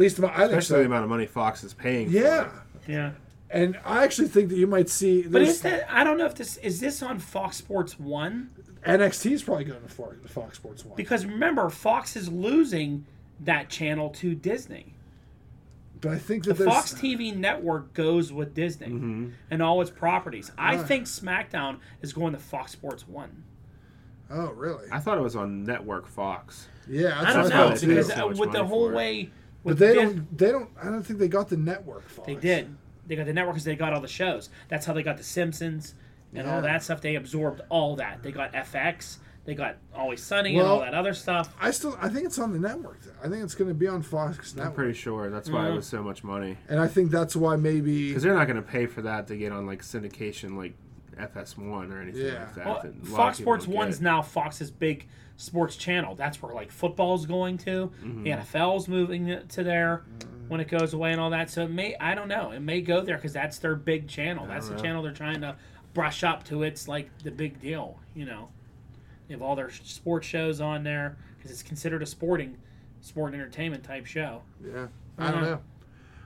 Speaker 1: least my, I think
Speaker 3: Especially the
Speaker 1: so.
Speaker 3: amount of money Fox is paying. for
Speaker 1: Yeah,
Speaker 3: it.
Speaker 2: Yeah.
Speaker 1: and I actually think that you might see.
Speaker 2: But
Speaker 1: There's,
Speaker 2: is that I don't know if this is this on Fox Sports One?
Speaker 1: NXT is probably going to Fox, Fox Sports One,
Speaker 2: Because remember, Fox is losing that channel to Disney.
Speaker 1: but I think that
Speaker 2: The
Speaker 1: there's, Mm-hmm.
Speaker 2: Fox TV network goes with Disney and all its properties. I think SmackDown is going to Fox Sports One.
Speaker 1: Oh, really?
Speaker 3: I thought it was on Network Fox.
Speaker 1: Yeah,
Speaker 2: I
Speaker 1: that's
Speaker 2: don't
Speaker 1: what I
Speaker 2: know
Speaker 1: thought
Speaker 3: they
Speaker 1: too.
Speaker 3: paid
Speaker 2: because
Speaker 3: so
Speaker 2: uh,
Speaker 3: much
Speaker 2: with the
Speaker 3: money
Speaker 2: whole
Speaker 3: for it.
Speaker 2: way, with
Speaker 1: but they
Speaker 2: Dis-
Speaker 1: don't. They don't. I don't think they got the network. Fox.
Speaker 2: They did. They got the network because they got all the shows. That's how they got the Simpsons and all
Speaker 1: Yeah.
Speaker 2: that stuff. They absorbed all that. They got FX. They got Always Sunny and all
Speaker 1: Well-
Speaker 2: that other stuff.
Speaker 1: I still. I think it's on the network. though. I think it's going to be on Fox
Speaker 3: I'm
Speaker 1: Network,
Speaker 3: pretty sure that's why it was so much money.
Speaker 1: and I think that's why maybe.
Speaker 3: Because they're not going to pay for that to get on like syndication, like FS1 or anything
Speaker 1: Yeah.
Speaker 3: like that.
Speaker 2: Well,
Speaker 3: that a lot of
Speaker 2: Fox
Speaker 3: people
Speaker 2: Sports
Speaker 3: don't
Speaker 2: One's
Speaker 3: get.
Speaker 2: now Fox's big sports channel. That's where like football's going to.
Speaker 3: Mm-hmm.
Speaker 2: The NFL's moving it to there when it goes away and all that. So it may I don't know. It may go there because that's their big channel. That's the channel they're trying to brush up to. It's like the big deal, you know. They have all their sports shows on there because it's considered a sporting, sport and entertainment type show.
Speaker 1: Yeah, I don't
Speaker 2: Uh-huh.
Speaker 1: know.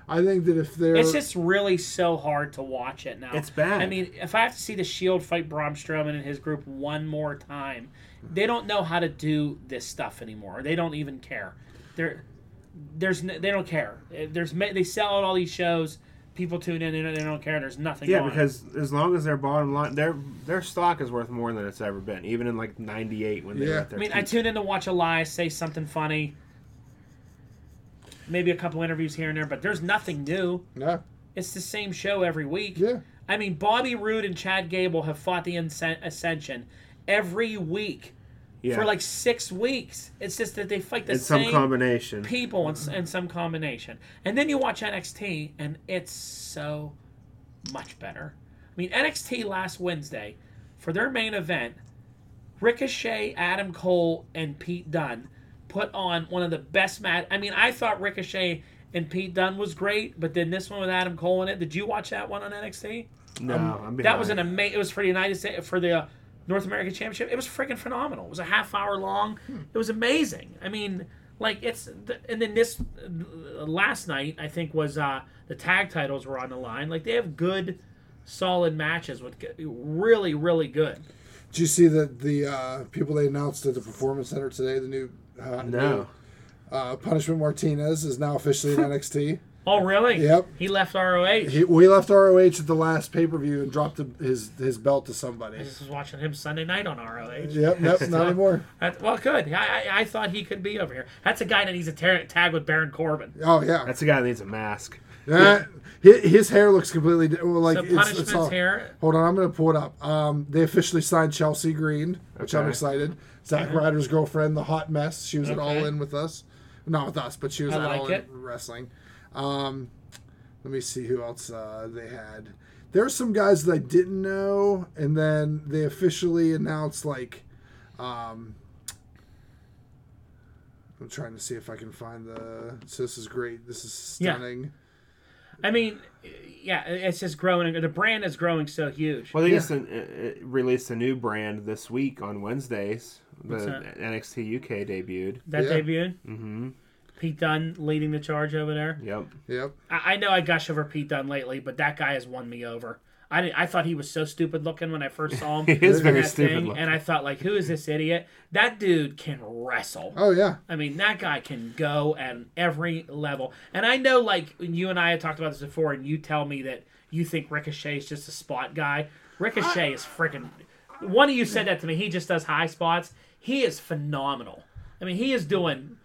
Speaker 1: I think that if they're
Speaker 2: It's just really so hard to watch it now.
Speaker 3: It's bad.
Speaker 2: I mean, if I have to see the Shield fight Braun Strowman and his group one more time, they don't know how to do this stuff anymore. They don't even care. They're there's n- they don't care. Eh, There's ma- they sell out all these shows. People tune in and they don't care. There's nothing.
Speaker 3: Yeah,
Speaker 2: on.
Speaker 3: because as long as their bottom line, their their stock is worth more than it's ever been, even in like '98 when they
Speaker 1: Yeah.
Speaker 3: were at
Speaker 2: I
Speaker 3: their
Speaker 2: mean, I
Speaker 3: peak.
Speaker 2: tune in to watch Elias say something funny. Maybe a couple interviews here and there, but there's nothing new.
Speaker 1: yeah,
Speaker 2: It's the same show every week.
Speaker 1: yeah,
Speaker 2: I mean, Bobby Roode and Chad Gable have fought the Ascen- Ascension every week
Speaker 3: Yeah.
Speaker 2: for like six weeks. It's just that they fight the
Speaker 3: it's
Speaker 2: same
Speaker 3: some combination.
Speaker 2: people and, s- and some combination. And then you watch NXT, and it's so much better. I mean, NXT last Wednesday for their main event, Ricochet, Adam Cole, and Pete Dunne put on one of the best match. I mean, I thought Ricochet and Pete Dunne was great, but then this one with Adam Cole in it. Did you watch that one on NXT?
Speaker 3: no, I'm being
Speaker 2: um, That was an
Speaker 3: honest.
Speaker 2: amazing. It was for the United States for the uh, North American Championship. It was freaking phenomenal. It was a half hour long.
Speaker 1: Hmm.
Speaker 2: It was amazing. I mean, like it's th- and then this uh, last night I think was uh, the tag titles were on the line. Like they have good, solid matches with g- really really good.
Speaker 1: Did you see that the uh, people they announced at the Performance Center today, the new uh,
Speaker 3: no.
Speaker 1: new, uh, Punishment Martinez is now officially in NXT.
Speaker 2: Oh really?
Speaker 1: Yep.
Speaker 2: He left ROH.
Speaker 1: He, we left ROH at the last pay per view and dropped the, his his belt to
Speaker 2: I
Speaker 1: somebody.
Speaker 2: just was watching him Sunday night on ROH.
Speaker 1: Yep, nope, not anymore.
Speaker 2: That- well, good. I, I, I thought he could be over here. That's a guy that needs a tar- tag with Baron Corbin.
Speaker 1: Oh yeah,
Speaker 3: That's a guy that needs a mask.
Speaker 1: Uh, his, his hair looks completely di- well, like
Speaker 2: So
Speaker 1: it's- it's,
Speaker 2: punishment's
Speaker 1: all-
Speaker 2: here.
Speaker 1: Hold on, I'm gonna pull it up. Um, they officially signed Chelsea Green, which I'm
Speaker 3: Okay.
Speaker 1: excited. Zach Ryder's girlfriend, the hot mess. She was at
Speaker 2: Okay.
Speaker 1: All In with us, not with us, but she was
Speaker 2: I
Speaker 1: at
Speaker 2: like
Speaker 1: All
Speaker 2: it.
Speaker 1: In Wrestling. Um, let me see who else uh, they had. There's some guys that I didn't know, and then they officially announced like. Um, I'm trying to see if I can find the. So this is great. This is
Speaker 2: Yeah.
Speaker 1: stunning.
Speaker 2: I mean, yeah, it's just growing. The brand is growing so huge.
Speaker 3: Well, they
Speaker 1: Yeah.
Speaker 3: just uh, uh, released a new brand this week on Wednesdays. The
Speaker 2: that?
Speaker 3: NXT UK debuted.
Speaker 2: that
Speaker 1: yeah.
Speaker 2: debuted. Mm-hmm. Pete Dunn leading the charge over there.
Speaker 3: Yep.
Speaker 1: Yep.
Speaker 2: I, I know I gush over Pete Dunn lately, but that guy has won me over. I, didn't, I thought he was so stupid looking when I first saw him.
Speaker 3: He is
Speaker 2: in
Speaker 3: very
Speaker 2: that
Speaker 3: stupid
Speaker 2: thing,
Speaker 3: looking.
Speaker 2: And I thought, like, who is this idiot? That dude can wrestle.
Speaker 1: Oh yeah.
Speaker 2: I mean, that guy can go at every level. And I know, like, you and I have talked about this before, and you tell me that you think Ricochet is just a spot guy. Ricochet is freaking. One of you said that to me. He just does high spots. He is phenomenal. I mean, he is doing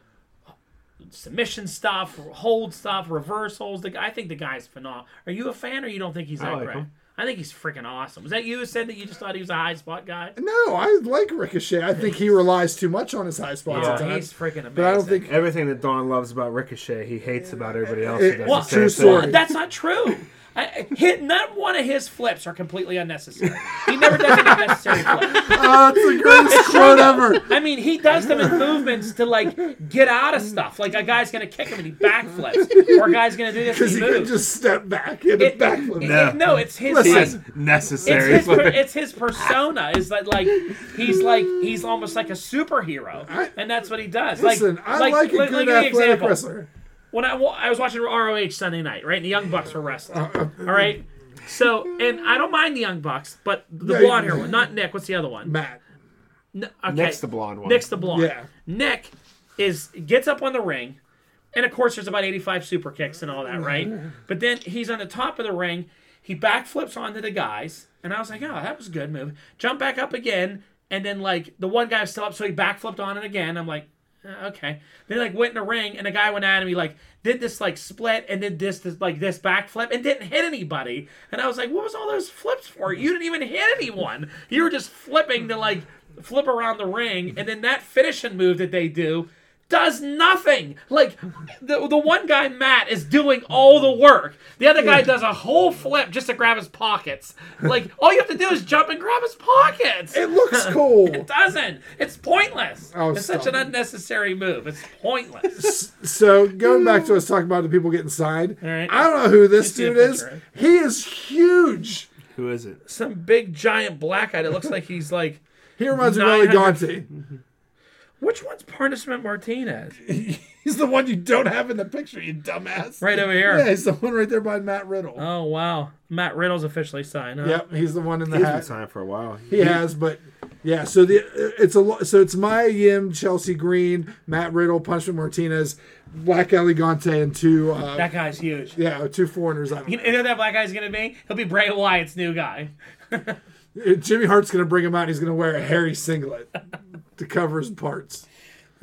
Speaker 2: submission stuff, hold stuff, reversals. The, guy- I think the guy's phenomenal. Are you a fan, or you don't think he's that
Speaker 3: like
Speaker 2: great?
Speaker 3: him.
Speaker 2: I think he's freaking awesome. Was that you who said that you just thought he was a high spot guy?
Speaker 1: No, I like Ricochet. I think he relies too much on his high spots at
Speaker 2: Yeah, he's
Speaker 1: times.
Speaker 2: freaking amazing.
Speaker 1: But I don't think
Speaker 3: Everything that Don loves about Ricochet, he hates about everybody else.
Speaker 1: It-
Speaker 3: who does
Speaker 1: Well,
Speaker 3: the same
Speaker 1: true
Speaker 3: thing.
Speaker 1: story.
Speaker 2: That's not true. I, hit not one of his flips are completely unnecessary. He never does an unnecessary flip.
Speaker 1: Ah, that's the greatest quote ever.
Speaker 2: I mean, he does them in movements to like get out of stuff. Like a guy's gonna kick him and he backflips, or a guy's gonna do this and
Speaker 1: Because
Speaker 2: he
Speaker 1: he could
Speaker 2: moves.
Speaker 1: just step back and
Speaker 2: It-
Speaker 1: backflip.
Speaker 2: it-
Speaker 1: No.
Speaker 2: it- no, it's his.
Speaker 3: He
Speaker 2: like,
Speaker 3: says
Speaker 2: it's
Speaker 3: necessary.
Speaker 2: his, per- it's his persona is that like he's like he's almost like a superhero and that's what he does
Speaker 1: Listen,
Speaker 2: like,
Speaker 1: I like, a
Speaker 2: let-
Speaker 1: good
Speaker 2: let me give you an
Speaker 1: athletic
Speaker 2: example.
Speaker 1: wrestler.
Speaker 2: when I, wa- I was watching ROH Sunday night, right? And the Young Bucks were wrestling. All right. So, and I don't mind the Young Bucks, but the
Speaker 1: Yeah,
Speaker 2: blonde hair
Speaker 1: yeah.
Speaker 2: one, not Nick. What's the other one?
Speaker 1: Matt.
Speaker 2: N- okay.
Speaker 3: Nick's the blonde one.
Speaker 2: Nick's the blonde.
Speaker 1: Yeah.
Speaker 2: Nick is gets up on the ring, and of course there's about 85 super kicks and all that, right? But then he's on the top of the ring. He backflips onto the guys, and I was like, oh, that was a good move. Jump back up again, and then like the one guy was still up, so he backflipped on it again. I'm like. "Uh, Okay. They like went in the ring and the guy went at him. He like did this like split and did this, this like this backflip and didn't hit anybody. And I was like, what was all those flips for? You didn't even hit anyone. You were just flipping to like flip around the ring, and then that finishing move that they do does nothing. Like the the one guy Matt is doing all the work. The other guy does a whole flip just to grab his pockets. Like all you have to do is jump and grab his pockets.
Speaker 1: It looks cool.
Speaker 2: It doesn't. It's pointless.
Speaker 1: Oh,
Speaker 2: it's such
Speaker 1: stop
Speaker 2: an
Speaker 1: it.
Speaker 2: unnecessary move. It's pointless.
Speaker 1: so going back to us talking about the people getting signed,
Speaker 2: right.
Speaker 1: I don't know who this
Speaker 2: see a
Speaker 1: dude is.
Speaker 2: picture, right?
Speaker 1: He is huge.
Speaker 3: Who is it?
Speaker 2: Some big giant black guy that looks like he's like.
Speaker 1: He reminds me of Willie
Speaker 2: 900.
Speaker 1: Gonti.
Speaker 2: Which one's Punishment Martinez?
Speaker 1: He's the one you don't have in the picture, you dumbass.
Speaker 2: Right over here.
Speaker 1: Yeah, he's the one right there by Matt Riddle.
Speaker 2: Oh wow, Matt Riddle's officially signed. Huh?
Speaker 1: yep, he's the one in the
Speaker 3: He's been
Speaker 1: hat.
Speaker 3: signed for a while.
Speaker 1: He has, but yeah. So the it's a lo- so it's Maya Yim, Chelsea Green, Matt Riddle, Punchman Martinez, Black Elegante, and two uh,
Speaker 2: That guy's huge.
Speaker 1: yeah two foreigners. I don't
Speaker 2: You know who that black guy's gonna be? He'll be Bray Wyatt's new guy.
Speaker 1: know. Uh, Jimmy Hart's gonna bring him out. He's gonna wear a hairy singlet to cover his parts.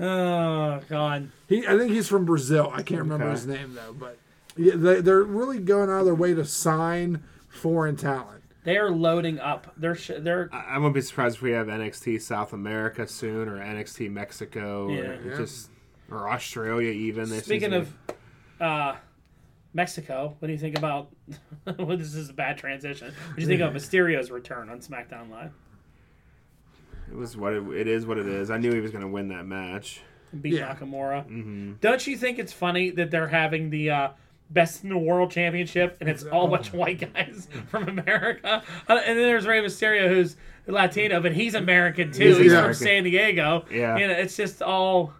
Speaker 2: Oh god.
Speaker 1: He I think he's from Brazil. I can't remember
Speaker 3: Okay.
Speaker 1: his name though, but yeah, they, they're really going out of their way to sign foreign talent.
Speaker 2: They are loading up. They're sh- they're
Speaker 3: I, I won't be surprised if we have NXT South America soon, or NXT Mexico, or
Speaker 2: Yeah.
Speaker 1: Yeah.
Speaker 3: just or Australia even. This
Speaker 2: speaking
Speaker 3: season.
Speaker 2: of uh, Mexico. What do you think about? well, this is a bad transition. What do you think of Mysterio's return on SmackDown Live?
Speaker 3: it was what it, it is. What it is. I knew he was going to win that match.
Speaker 2: beat
Speaker 1: Yeah.
Speaker 2: Nakamura.
Speaker 3: Mm-hmm.
Speaker 2: Don't you think it's funny that they're having the uh, best in the world championship and it's all a bunch of white guys from America? Uh, And then there's Rey Mysterio who's Latino, but he's American too. He's,
Speaker 3: He's
Speaker 2: from
Speaker 3: American.
Speaker 2: San Diego.
Speaker 3: Yeah.
Speaker 2: You know, it's just all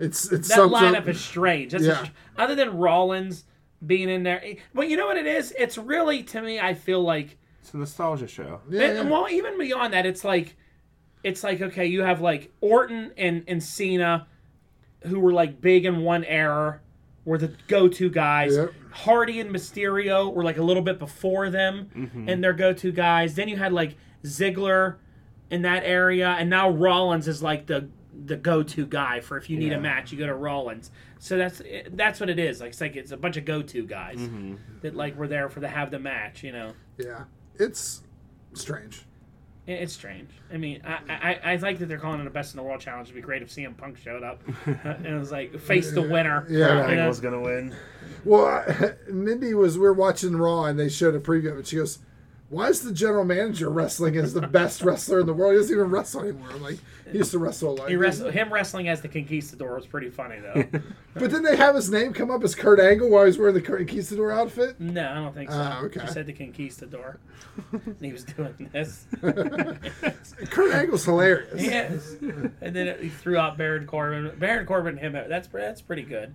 Speaker 1: It's it's
Speaker 2: that
Speaker 1: sums up-
Speaker 2: lineup is strange. That's a
Speaker 1: Yeah.
Speaker 2: str- other than Rollins being in there. eh, Well, you know what it is? It's really to me I feel like
Speaker 3: It's a nostalgia show.
Speaker 1: yeah,
Speaker 2: and-
Speaker 1: yeah.
Speaker 2: and well, even beyond that, it's like, it's like okay, you have like Orton and and Cena, who were like big in one era, were the go-to guys.
Speaker 1: Yep.
Speaker 2: Hardy and Mysterio were like a little bit before them,
Speaker 1: Mm-hmm.
Speaker 2: and their go-to guys. Then you had like Ziggler in that area, and now Rollins is like the the go-to guy for if you need a
Speaker 3: Yeah.
Speaker 2: match, you go to Rollins. So that's that's what it is. Like it's like it's a bunch of go-to guys
Speaker 1: Mm-hmm.
Speaker 2: that like were there for the have the match, you know.
Speaker 1: yeah. It's strange.
Speaker 2: It- It's strange. I mean, I, I- I I like that they're calling it a best in the world challenge. It'd be great if CM Punk showed up Uh, and it was like face the winner.
Speaker 1: Yeah.
Speaker 2: You know?
Speaker 3: going to win.
Speaker 1: Well, I, Mindy was we were watching Raw and they showed a preview of it. She goes, "Why is the general manager wrestling as the best wrestler in the world? He doesn't even wrestle anymore. I'm like he used to wrestle a lot.
Speaker 2: He wrestled, him wrestling as the conquistador was pretty funny though.
Speaker 1: But then they have his name come up as Kurt Angle while he's wearing the Kurt Conquistador outfit.
Speaker 2: no, I don't think so.
Speaker 1: Ah, okay.
Speaker 2: He said the conquistador, and he was doing this.
Speaker 1: Kurt Angle's hilarious.
Speaker 2: yes, and then it, he threw out Baron Corbin. Baron Corbin and him. That's pre- that's pretty good.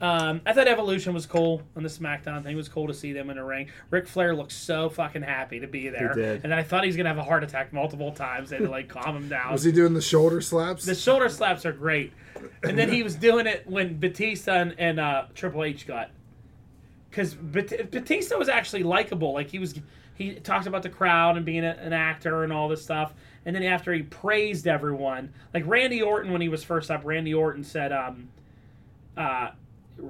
Speaker 2: Um, I thought Evolution was cool on the SmackDown thing. It was cool to see them in a ring. Ric Flair looked so fucking happy to be there.
Speaker 3: did.
Speaker 2: And then I thought he was gonna have a heart attack multiple times. They had to like calm him down.
Speaker 1: Was he doing the shoulder slaps?
Speaker 2: The shoulder slaps are great. And then he was doing it when Batista and, and uh, Triple H got. Because Bat- Batista was actually likable. Like he was, he talked about the crowd and being a, an actor and all this stuff. And then after he praised everyone, like Randy Orton when he was first up, Randy Orton said, um, uh,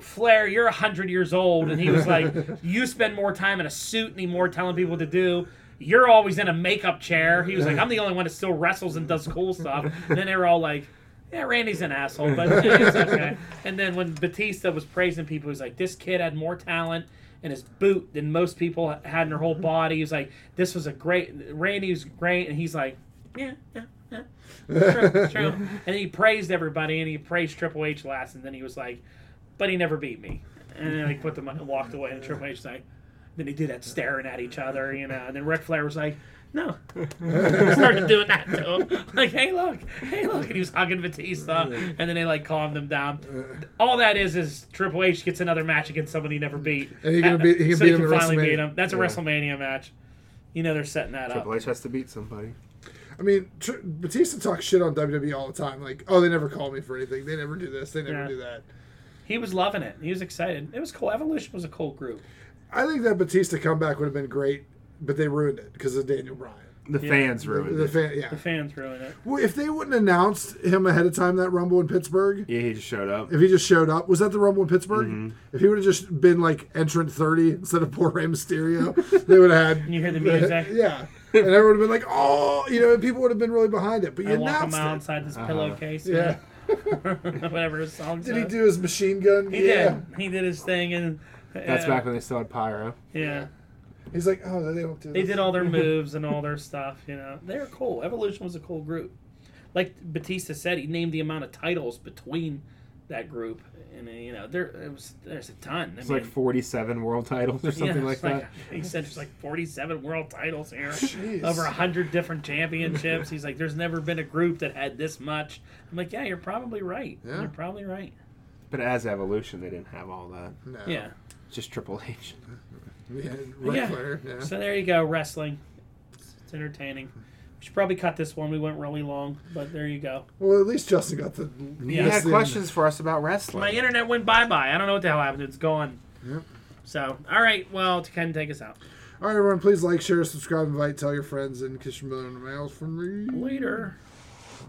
Speaker 2: Flair, you're 100 years old. And he was like, You spend more time in a suit anymore telling people what to do. You're always in a makeup chair. He was like, I'm the only one that still wrestles and does cool stuff. And then they were all like, Yeah, Randy's an asshole, but it's okay. And then when Batista was praising people, he was like, This kid had more talent in his boot than most people had in their whole body. He was like, This was a great, Randy was great. And he's like, Yeah, yeah. yeah." True, true. And he praised everybody, and he praised Triple H last, and then he was like, but he never beat me. And then he put the money and walked away, and Triple H was like, then he did that staring at each other, you know. And then Ric Flair was like, no. started doing that to him. Like, hey, look, hey, look. And he was hugging Batista, and then they like calmed him down. All that is is Triple H gets another match against someone he never beat. Uh,
Speaker 1: And he gonna beat- he can
Speaker 2: so
Speaker 1: beat
Speaker 2: he
Speaker 1: him
Speaker 2: can
Speaker 1: at
Speaker 2: finally
Speaker 1: WrestleMania.
Speaker 2: beat him. That's a
Speaker 3: Yeah.
Speaker 2: WrestleMania match. You know they're setting that up.
Speaker 3: Triple H has to beat somebody.
Speaker 1: I mean, tr- Batista talks shit on WWE all the time. Like, oh, they never call me for anything. They never do this. They never
Speaker 2: Yeah.
Speaker 1: do that.
Speaker 2: He was loving it. He was excited. It was cool. Evolution was a cool group.
Speaker 1: I think that Batista comeback would have been great, but they ruined it because of Daniel Bryan.
Speaker 3: The fans ruined
Speaker 1: The
Speaker 3: it.
Speaker 1: fan, yeah.
Speaker 2: The fans ruined it.
Speaker 1: Well, if they wouldn't announced him ahead of time that Rumble in Pittsburgh,
Speaker 3: Yeah, he just showed up.
Speaker 1: if he just showed up, was that the Rumble in Pittsburgh? If he would have just been like entrant thirty instead of poor Rey Mysterio, they would have had.
Speaker 2: You hear the music?
Speaker 1: yeah, and everyone would have been like, "Oh," you know, and people would have been really behind it. But you
Speaker 2: I walk him
Speaker 1: announced
Speaker 2: out
Speaker 1: it.
Speaker 2: inside this
Speaker 3: Uh-huh.
Speaker 2: pillowcase.
Speaker 1: Yeah.
Speaker 2: whatever his song
Speaker 1: Did he
Speaker 2: says.
Speaker 1: do his machine gun?
Speaker 2: He
Speaker 1: yeah.
Speaker 2: did. He did his thing, and
Speaker 3: That's
Speaker 2: yeah,
Speaker 3: back when they still had pyro.
Speaker 2: Yeah,
Speaker 1: He's like, "Oh, they don't do."
Speaker 2: they
Speaker 1: this."
Speaker 2: did all their moves and all their stuff. You know, they were cool. Evolution was a cool group. Like Batista said, he named the amount of titles between that group, and uh, you know, there it was. There's a ton. I
Speaker 3: It's like
Speaker 2: mean,
Speaker 3: 47 world titles or
Speaker 2: yeah,
Speaker 3: something like
Speaker 2: it's
Speaker 3: that.
Speaker 2: He said there's like 47 world titles here,
Speaker 1: Jeez.
Speaker 2: over 100 different championships. He's like, there's never been a group that had this much. I'm like, yeah, you're probably right.
Speaker 1: Yeah.
Speaker 2: You're probably right.
Speaker 3: But as Evolution, they didn't have all that.
Speaker 1: No.
Speaker 2: Yeah.
Speaker 3: Just Triple H.
Speaker 1: Yeah. Ric
Speaker 2: Yeah.
Speaker 1: Flair, yeah.
Speaker 2: So there you go, wrestling. It's, it's entertaining. We should probably cut this one. We went really long, but there you go.
Speaker 1: Well, at least Justin got the.
Speaker 3: He
Speaker 2: Yeah.
Speaker 1: Yes,
Speaker 3: had
Speaker 1: the-
Speaker 3: questions for us about
Speaker 2: My
Speaker 3: wrestling.
Speaker 2: internet went bye bye. I don't know what the hell happened. It's gone.
Speaker 1: Yep.
Speaker 2: So, all right. Well, Ken, take us out.
Speaker 1: All right, everyone, please like, share, subscribe, invite, tell your friends, and kiss your mother in the mouth from me.
Speaker 2: Later.